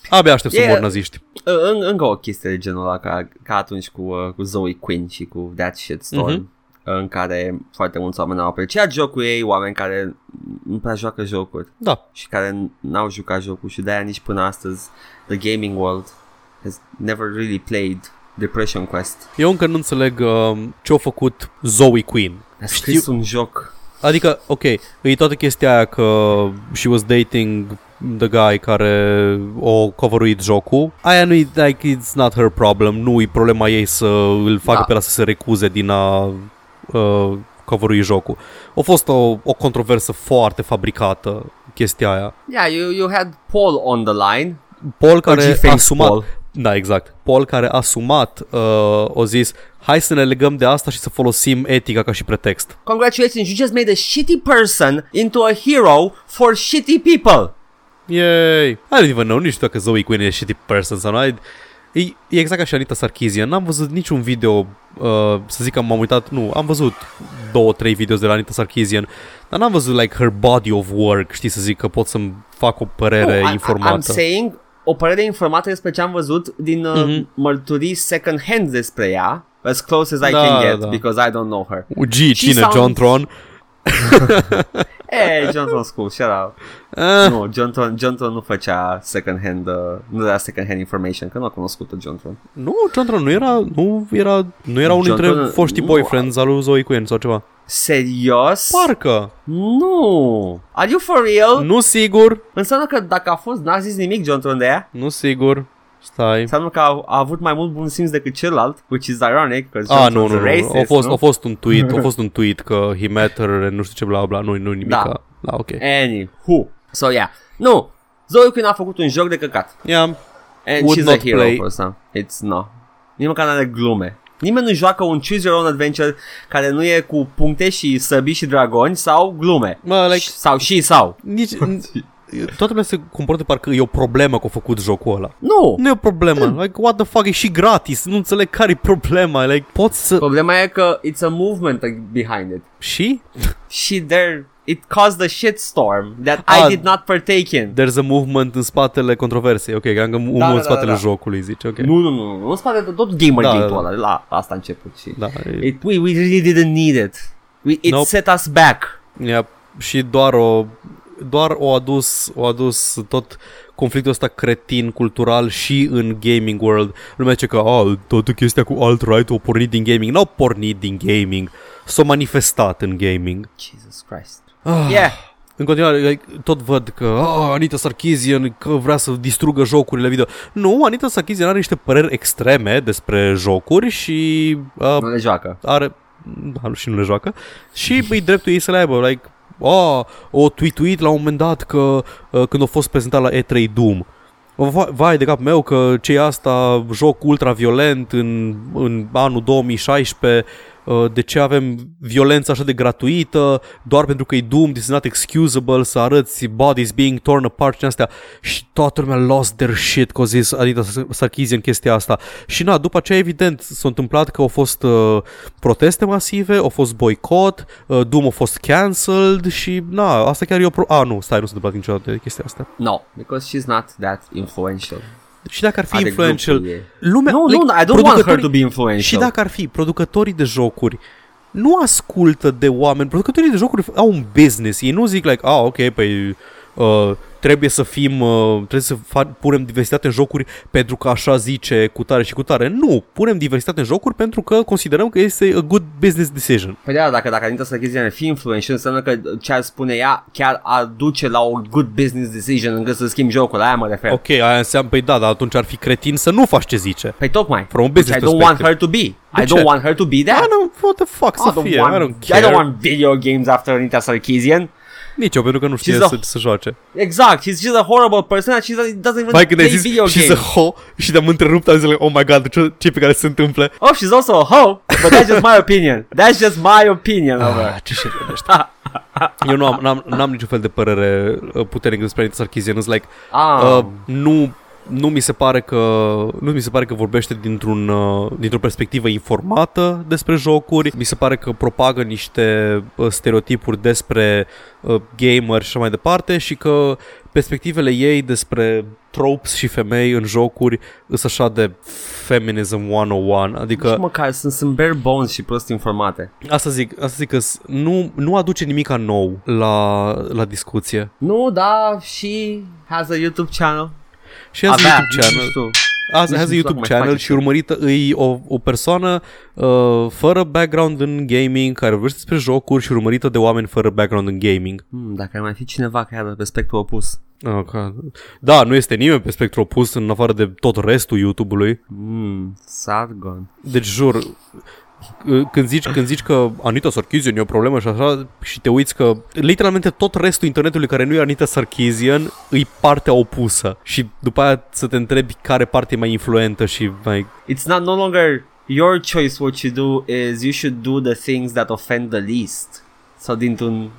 B: Abia aștept să
A: E-
B: mor naziști.
A: în, încă o chestie de genul ăla ca, ca atunci cu, uh, cu Zoe Quinn și cu That Shitstorm mm-hmm. în care foarte mulți oameni au apreciat jocul ei, oameni care nu prea joacă jocuri
B: Da.
A: și care n-au jucat jocul și de-aia nici până astăzi the gaming world has never really played Depression Quest.
B: Eu încă nu înțeleg uh, ce au făcut Zoe Queen.
A: A scris un joc
B: Adică, ok, e toată chestia aia că she was dating the guy care o coveruit jocul. Aia nu-i, like, it's not her problem, nu-i problema ei să îl facă
C: Da.
B: da. pe la să se recuze din a uh, coverui jocul. A fost o, o controversă foarte fabricată chestia aia.
A: Yeah, you, you had Paul on the line.
B: Paul care
A: G-Face
B: a asumat
A: Paul.
B: Da, exact. Paul care a asumat uh, o zis, hai să ne legăm de asta și să folosim etica ca și pretext.
A: Congratulations, you just made a shitty person into a hero for shitty people.
B: Yay! I don't even know, nu știu dacă Zoe Quinn e shitty person sau nu. I- E, e exact ca și Anita Sarkeesian. N-am văzut niciun video, uh, să zic că m-am uitat, nu, am văzut două, trei videouri de la Anita Sarkeesian, dar n-am văzut, like, her body of work, știi, să zic că pot să-mi fac o
A: Oh, I-
B: părere
A: I- I'm
B: informată.
A: saying o părere informată despre ce am văzut din uh,
B: Mhm.
A: mm-hmm. mărturii second hand despre ea. As close as I
B: Da,
A: can get
B: da.
A: because I don't know her. She
B: Gee, cine,
A: sounds-
B: John Tron?
A: Eh, Johnson School, shut up.
B: Eh,
A: nu, Johnson, Johnson nu făcea second hand, uh, nu era second hand information, că nu a cunoscut-o Johnson.
B: nu, John Tron nu era, nu era, nu era unul
A: John
B: dintre
A: Tron-
B: foștii
A: nu.
B: boyfriends al lui Zoe Quinn sau ceva.
A: Serios?
B: Parcă,
A: nu! Are you for real?
B: nu sigur,
A: Înseamnă că dacă a fost, n-a zis nimic Johnson de ea?
B: nu sigur, stai.
A: Înseamnă că a, a avut mai mult bun simț decât celălalt, which is ironic, because
B: Ah,
A: Johnson
B: nu,
A: is
B: nu,
A: racist,
B: nu. A fost,
A: nu?
B: a fost un tweet, a fost un tweet că he met her, and nu știu ce bla bla, nu nu nimic.
A: Da.
B: Da. da, ok.
A: Anywho. So, yeah. Nu, Zoe Quinn a făcut un joc de căcat.
B: Yeah.
A: And
B: Would
A: she's
B: not
A: a hero
B: play.
A: for some. It's no. Nici măcar n-are glume. Nimeni nu joacă un Choose Your Own Adventure care nu e cu puncte și săbi și dragoni sau glume.
B: Mă, like-
A: Și- Sau și sau.
B: Nici, n- toată lumea se comportă parcă e o problemă că a făcut jocul ăla.
A: Nu!
B: Nu e o problemă. Like, what the fuck, e și gratis. Nu înțeleg care e problema. Like, poți să...
A: Problema e că it's a movement behind it.
B: Și?
A: Și there it caused a shitstorm that
B: Ah.
A: I did not partake in.
B: There's a movement în spatele controversei. Ok, că am un da,
A: da,
B: în
A: da,
B: spatele
A: da.
B: jocului, zice. Ok.
A: Nu, nu, nu, nu, nu, în spate de tot gamergate-ul
B: Da, da,
A: ăla, la asta a început și...
B: Da, e,
A: It, we, we really didn't need it. We, it
B: Nope.
A: set us back.
B: yep. și doar o doar o adus, o adus tot conflictul ăsta cretin cultural și în gaming world. Lumea zice că oh, toată chestia cu alt-right o pornit din gaming. N-au pornit din gaming. S-au manifestat în gaming.
A: Jesus Christ.
B: Ah.
A: Yeah.
B: În continuare, like, tot văd că oh, Anita Sarkeesian că vrea să distrugă jocurile video. Nu, Anita Sarkeesian are niște păreri extreme despre jocuri și uh,
A: Nu le joacă.
B: are da, și nu le joacă și îi dreptul ei să le aibă, like, oh, o tweetuit la un moment dat că uh, când a fost prezentat la E3 Doom. Va- Vai de cap meu că ce asta, joc ultraviolent în, în anul 2016, uh, de ce avem violență așa de gratuită, doar pentru că e Doom, this is not excusable, să arăți bodies being torn apart și astea. Și toată lumea lost their shit, că au zis Anita Sarkeesian chestia asta. Și na, după aceea, evident, s-a întâmplat că au fost uh, proteste masive, au fost boicot, uh, Doom a fost cancelled și na, asta chiar e o pro... A, nu, stai, nu s-a întâmplat niciodată chestia asta.
A: No, because she's not that influential.
B: Și dacă ar fi
A: Are
B: influential,
A: grupul ei.
B: lumea...
A: No, no, I don't want her
B: producătorii-
A: to be influential.
B: Și dacă ar fi producătorii de jocuri nu ascultă de oameni, producătorii de jocuri au un business, ei nu zic like, ah, ok, păi uh, trebuie să fim, uh, trebuie să fa- punem diversitate în jocuri pentru că așa zice cu tare și cu tare. Nu, punem diversitate în jocuri pentru că considerăm că este a good business decision.
A: Păi da, dacă, dacă Anita Sarkeesian ar fi influential, înseamnă că ce ar spune ea chiar ar duce la o good business decision încât să schimbi jocul, la aia mă refer. Okay.
B: Ok, aia înseamnă, păi da, dar atunci ar fi cretin să nu faci ce zice.
A: Păi tocmai.
B: From a business
A: Which I don't want
B: perspective.
A: her to be. I
B: ce?
A: don't want her to be
B: I
A: that.
B: don't, what the fuck
A: I
B: să
A: don't,
B: fie, I
A: want,
B: don't
A: I don't
B: care.
A: want video games after Anita Sarkeesian.
B: Nici eu, pentru că nu știe
A: a-
B: să, să joace.
A: Exact, she's, she's a horrible person and she doesn't doesn't even
B: Mai când ai
A: play
B: zis
A: video
B: she's a
A: games.
B: ho și te-am întrerupt, am zis, like, oh my god, ce, ce pe care se întâmplă?
A: Oh, she's also a hoe, but that's just my opinion. That's just my opinion of her.
B: Ah, ce shit Eu nu am, n-am, n-am niciun fel de părere uh, puternică despre Anita Sarkeesian. It's like,
A: Ah,
B: uh, nu, nu mi se pare că nu mi se pare că vorbește dintr-un uh, dintr-o perspectivă informată despre jocuri. Mi se pare că propagă niște uh, stereotipuri despre uh, gamer și așa mai departe și că perspectivele ei despre tropes și femei în jocuri sunt așa de feminism 101, adică
A: nici măcar sunt, sunt bare bones și prost informate.
B: Asta zic, asta zic că s- nu, nu aduce nimica nou la, la discuție.
A: Nu, da, she has a YouTube channel.
B: Și azi
A: Avea,
B: YouTube
A: nu
B: channel,
A: știu.
B: azi,
A: nici
B: azi
A: nu știu
B: YouTube
A: acum
B: channel
A: face
B: și urmărită îi o, o persoană uh, fără background în gaming, care vorbește despre jocuri și urmărită de oameni fără background în gaming.
A: Hmm, dacă ar mai fi cineva care are respectul opus.
B: Oh, ca- da, nu este nimeni pe spectru opus în afară de tot restul YouTube-ului.
A: Mm, Sargon.
B: Deci jur, uh, când zici, când zici că Anita Sarkeesian e o problemă și așa și te uiți că literalmente tot restul internetului care nu e Anita Sarkeesian îi partea opusă și după aia să te întrebi care parte e mai influentă și mai...
A: It's not no longer your choice what you do is you should do the things that offend the least. So dintr-un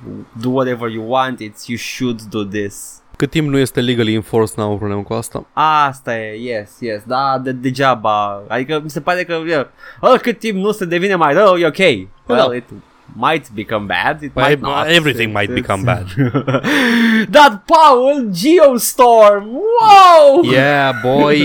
A: do whatever you want, it's you should do this.
B: Cât timp nu este legally enforced, n-am o problemă cu asta.
A: Asta e, yes, yes, da, de, degeaba. Adică mi se pare că, yeah, oh, cât timp nu se devine mai rău, e ok. Well, it might become bad, it might not.
B: everything might become bad.
A: That Paul Geostorm, wow!
B: Yeah, boy!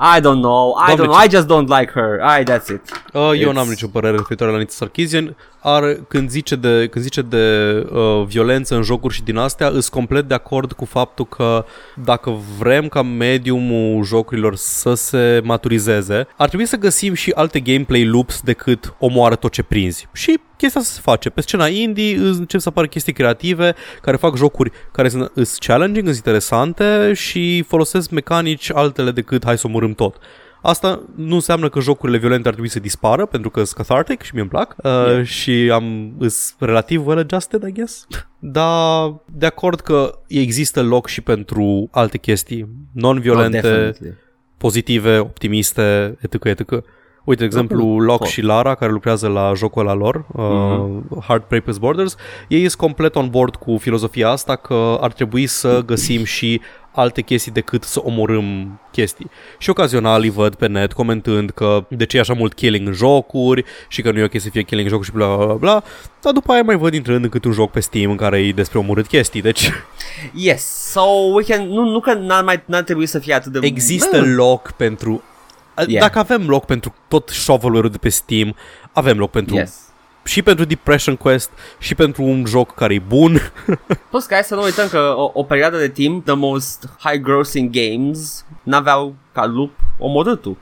A: I don't know. I
B: Doamne,
A: don't know. I just don't like her. I that's it.
B: Uh, eu
A: It's-
B: n-am nicio părere referitoare la Anita Sarkeesian. Ar, când zice de, când zice de uh, violență în jocuri și din astea, îs complet de acord cu faptul că dacă vrem ca mediumul jocurilor să se maturizeze, ar trebui să găsim și alte gameplay loops decât omoară tot ce prinzi. Și chestia asta se face. Pe scena indie îți încep să apară chestii creative care fac jocuri care sunt îs challenging, sunt interesante și folosesc mecanici altele decât hai să omorâm tot. Asta nu înseamnă că jocurile violente ar trebui să dispară, pentru că sunt cathartic și mi îmi plac uh, și am îs relativ well adjusted, I guess. Dar de acord că există loc și pentru alte chestii non-violente,
A: Oh, definitely.
B: pozitive, optimiste, etc. etc. Uite, de exemplu, Locke și Lara, care lucrează la jocul ăla lor, uh, Heartbreakers Borders, ei sunt complet on board cu filozofia asta că ar trebui să găsim și alte chestii decât să omorâm chestii. Și ocazional îi văd pe net comentând că de ce e așa mult killing în jocuri și că nu e ok să fie killing în jocuri și bla bla bla, bla dar după aia mai văd intrând în câte un joc pe Steam în care e despre omorât chestii, deci
A: Yes, so we can, nu, nu că n-ar, mai, n-ar trebui să fie atât de...
B: există loc pentru...
A: Da. Yeah.
B: Dacă avem loc pentru tot shovelware-ul de pe Steam, avem loc pentru
A: Yes.
B: și pentru Depression Quest și pentru un joc care e bun.
A: Plus că hai să nu uităm că o, o perioadă de timp The most high grossing games N-aveau ca lup omorâtul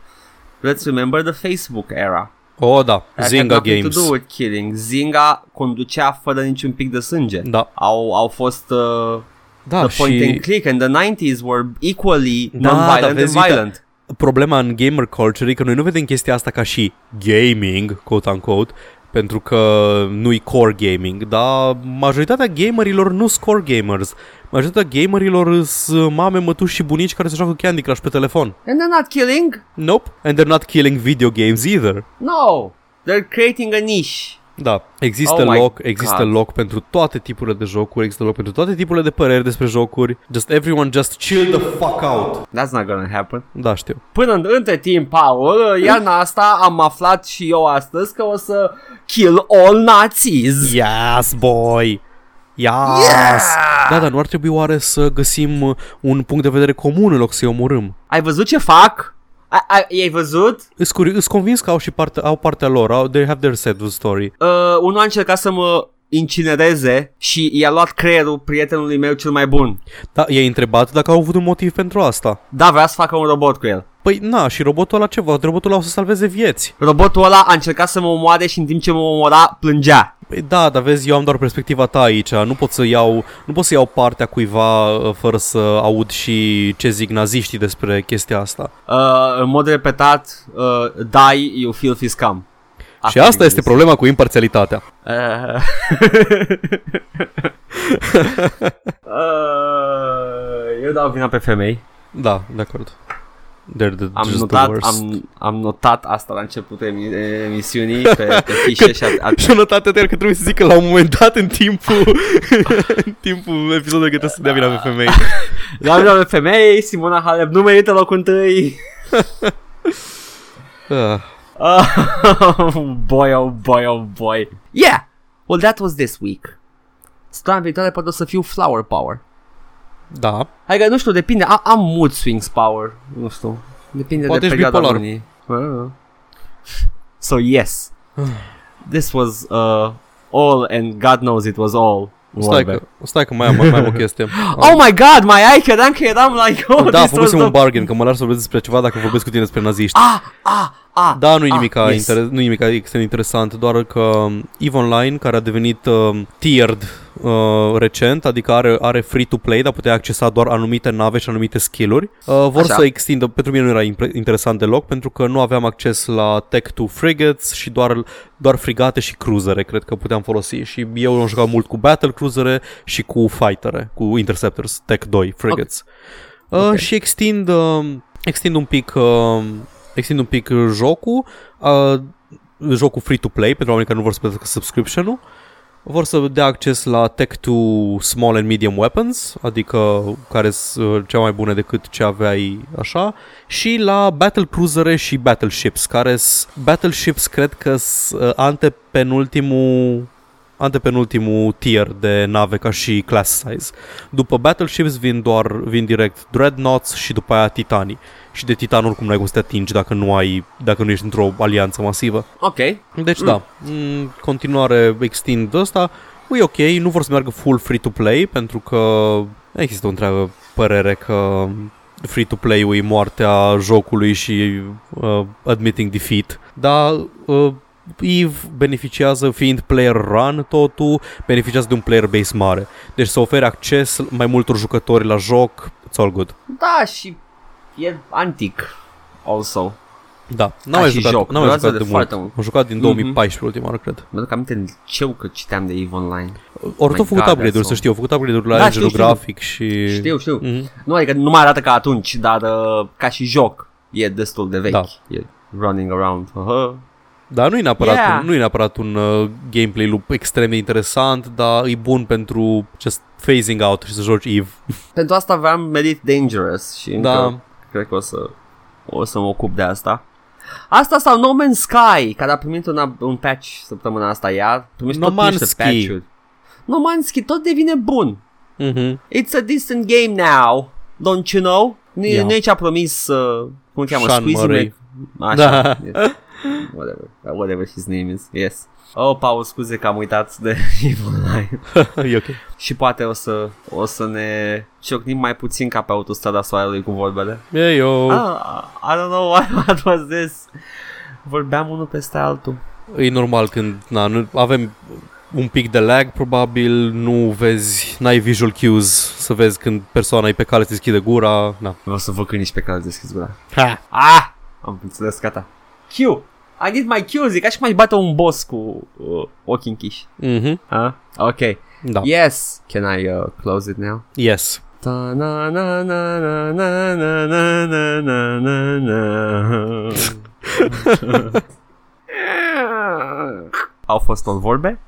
A: Let's remember the Facebook era
B: Oh, da,
A: That had
B: Zynga
A: nothing to
B: Games.
A: do with killing Zynga conducea fără niciun pic de sânge
B: Da,
A: au, au fost uh,
B: da
A: the point and
B: și
A: click and the 90s were equally
B: Da, da,
A: non-violent
B: vezi,
A: and
B: uite,
A: violent
B: problema în gamer culture e că noi nu vedem chestia asta ca și gaming, quote-unquote, pentru că nu-i core gaming, dar majoritatea gamerilor nu sunt core gamers. Majoritatea gamerilor sunt mame, mătuși și bunici care se joacă Candy Crush pe telefon.
A: And they're not killing?
B: Nope, and they're not killing video games either.
A: No They're creating a niche
B: Da, există
A: Oh
B: oh
A: my
B: loc, există
A: God.
B: loc pentru toate tipurile de jocuri, există loc pentru toate tipurile de păreri despre jocuri. Just everyone just chill the fuck out.
A: That's not gonna happen
B: Da, știu.
A: Până în, între timp, Paul, iarna asta am aflat și eu astăzi că o să kill all Nazis.
B: Yes, boy. Yes.
A: Yeah!
B: Da, dar nu ar trebui oare să găsim uh, un punct de vedere comun în loc să-i omorâm?
A: Ai văzut ce fac? Ai, ai, i-ai văzut?
B: Îs curi- Îs convins că au și parte, au partea lor, au, they have their set of story.
A: Uh, unul a încercat să mă incinereze și i-a luat creierul prietenului meu cel mai bun.
B: Da, i-ai întrebat dacă au avut un motiv pentru asta.
A: Da, vrea să facă un robot cu el.
B: Păi, na, și robotul ăla ceva, robotul ăla o să salveze vieți.
A: Robotul ăla a încercat să mă omoare și în timp ce mă omora, plângea.
B: Păi da, dar vezi, eu am doar perspectiva ta aici, nu pot să iau, nu pot să iau partea cuiva uh, fără să aud și ce zic naziștii despre chestia asta.
A: Uh, în mod repetat, uh, die, you filthy scum.
B: și asta este problema cu imparțialitatea.
A: Uh. uh, eu dau vina pe femei.
B: Da, de acord. They're the,
A: Am
B: just
A: notat,
B: the worst.
A: am, am notat asta la începutul emi- emisiunii pe, pe fișe și a, a,
B: Și-o notat atât că trebuie să zic că la un moment dat în timpul, în timpul episodului că trebuie să dea vina pe femei.
A: dau vina pe femei, Simona Halep nu merită locul întâi.
B: Ah,
A: Oh boy, oh boy, oh boy. Yeah! Well, that was this week. Săptămâna viitoare poate o să fiu flower power.
B: da.
A: Hai că, nu știu, depinde. A, am mood swings power. Nu știu. Depinde
B: Poate
A: de
B: ești
A: perioada
B: bipolar.
A: lunii. Ah. So, yes. This was uh, all and God knows it was all.
B: Stai că, stai că mai am, mai am o chestie.
A: Oh my god, mai ai, credeam că eram like, oh,
B: da,
A: this was
B: făcusem
A: the...
B: un bargain, că mă lași să vorbesc despre ceva dacă vorbesc cu tine despre naziști.
A: Ah, ah, ah.
B: Da, nu-i nimic,
A: Ah,
B: ah,
A: yes.
B: inter- nu nimic extrem interesant, doar că um, EVE Online, care a devenit uh, tiered uh, recent, adică are, are free-to-play, dar puteai accesa doar anumite nave și anumite skill-uri, uh, vor
A: Așa.
B: Așa. să extindă, pentru mine nu era impre- interesant deloc, pentru că nu aveam acces la Tech 2 Frigates și doar, doar frigate și cruzere, cred că puteam folosi și eu am jucat mult cu Battle Cruisere și cu Fightere, cu Interceptors, Tech 2 Frigates. Uh,
A: Ok.
B: Și extind, uh, extind un pic... Uh, extind un pic uh, jocul, uh, jocul free-to-play pentru oamenii care nu vor să plătească subscription-ul. Vor să dea acces la tech to small and medium weapons, adică care sunt cea mai bune decât ce aveai așa, și la battlecruisere și battleships, care s- battleships cred că sunt uh, antepenultimul antepenultimul tier de nave ca și class size. După battleships vin doar vin direct dreadnoughts și după aia titanii. Și de titan oricum n-ai cum să te atingi dacă nu ai dacă nu ești într-o alianță masivă.
A: Ok.
B: Deci da, în continuare extind ăsta, e ok, nu vor să meargă full free-to-play pentru că există o întreagă părere că free-to-play-ul e moartea jocului și uh, admitting defeat, dar uh, EVE beneficiază, fiind player run totul, beneficiază de un player base mare. Deci să ofere acces mai multor jucători la joc, it's all good.
A: Da, și e antic. Also.
B: Da,
A: Ca
B: n-am mai
A: și
B: jucat,
A: joc,
B: n-am mai
A: durează de
B: jucat de, mult.
A: foarte mult. Mhm.
B: Am jucat din 2014 ultima oară, cred.
A: Mă duc aminte în liceu că citeam de Eve Online.
B: Ori
A: My
B: tot făcut
A: God,
B: upgrade-uri,
A: that's
B: să știu, au făcut upgrade-uri la
A: Da,
B: da,
A: știu,
B: engine
A: știu.
B: grafic și...
A: Știu, știu.
B: Mhm.
A: Nu, adică nu mai arată ca atunci, dar uh, ca și joc e destul de vechi.
B: Da.
A: E running around. Uh-huh.
B: Dar nu e neapărat,
A: Yeah.
B: yeah. un, nu e neapărat un uh, gameplay loop extrem de interesant, dar e bun pentru just phasing out și să joci Eve.
A: Pentru asta aveam Medit Dangerous și încă da.
B: Da.
A: cred că o să, o să mă ocup de asta. Asta sau No Man's Sky, care a primit un, ab- un patch săptămâna asta iar. Primește
B: No
A: tot
B: Man's
A: niște
B: Sky.
A: patch-uri. No Man's Sky tot devine bun.
B: Mm-hmm.
A: It's a decent game now, don't you know? Nu, yeah.
B: Yeah.
A: nu e ce a promis, uh, cum îl cheamă,
B: Sean
A: Squeezy
B: Murray.
A: Mac- Așa,
B: Da.
A: yes. whatever, uh, whatever his name is, yes. Oh, Paul, scuze că am uitat de Evil Nine.
B: e ok.
A: Și poate o să, o să ne ciocnim mai puțin ca pe autostrada soarelui cu vorbele.
B: E eu. Ah.
A: Ah, I don't know what, what was this. Vorbeam unul peste altul.
B: E normal când na, nu, avem un pic de lag probabil, nu vezi, n-ai visual cues să vezi când persoana e pe cale să deschide gura. Na.
A: Vreau să văd că nici pe care deschis gura.
B: Ha.
A: Ah! Am înțeles, gata. Q! I need my Q, zic, ca și cum aș bate un boss cu uh, ochii închiși.
B: Mm-hmm.
A: Ah? Ok.
B: Da. Yeah.
A: Yes! Can I uh, close it now?
B: Yes.
A: Ta na na na na na na na na na na na Au fost tot vorbe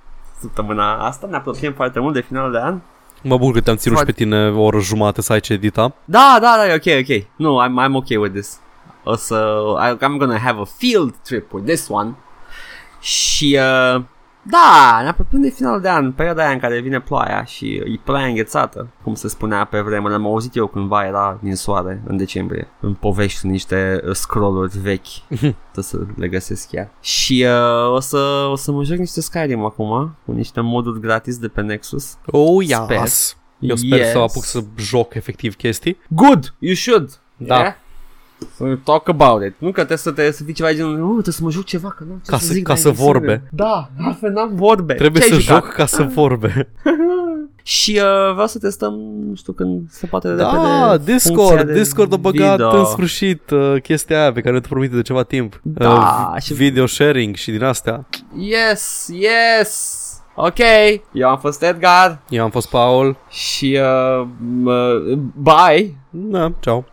A: Săptămâna asta ne apropiem foarte mult de finalul de an
B: Mă bucur că te-am ținut și
A: Foarte-
B: pe tine o oră jumate să ai ce edita.
A: Da, da, da, e ok, ok Nu, I'm, I'm ok with this O să... I, I'm gonna have a field trip with this one Și... Uh, da, ne apropiem de finalul de an Perioada aia în care vine ploaia și e ploaia înghețată Cum se spunea pe vremuri Am auzit eu cândva era din soare în decembrie În povești niște uh, scrolluri vechi Trebuie să le găsesc chiar Și uh, o, să, o să mă joc niște Skyrim acum Cu niște moduri gratis de pe Nexus
B: Oh, yes.
A: Sper.
B: Eu sper
A: Yes.
B: yes. să apuc să joc efectiv chestii.
A: Good, you should.
B: Da.
A: Yeah? We'll talk about it. Nu că trebuie să, te, să fii ceva genul, nu, trebuie să mă joc ceva, că nu am ce
B: Ca
A: să
B: să-
A: zic
B: ca
A: la
B: să
A: emisiune."
B: vorbe.
A: Da, altfel n-am vorbe.
B: Trebuie
A: Ce-ai
B: să
A: jucat? Ah.
B: joc ca să vorbe.
A: Și uh, vreau să testăm, nu știu când se poate de
B: Da,
A: repede, funcția
B: Discord,
A: de
B: Discord a băgat
A: video.
B: în sfârșit uh, chestia aia pe care te promite de ceva timp.
A: Da,
B: Uh,
A: și-
B: video sharing și din astea.
A: Yes, yes. Ok, eu am fost Edgar
B: Eu am fost Paul.
A: și uh, m- uh, bye.
B: Da, ceau.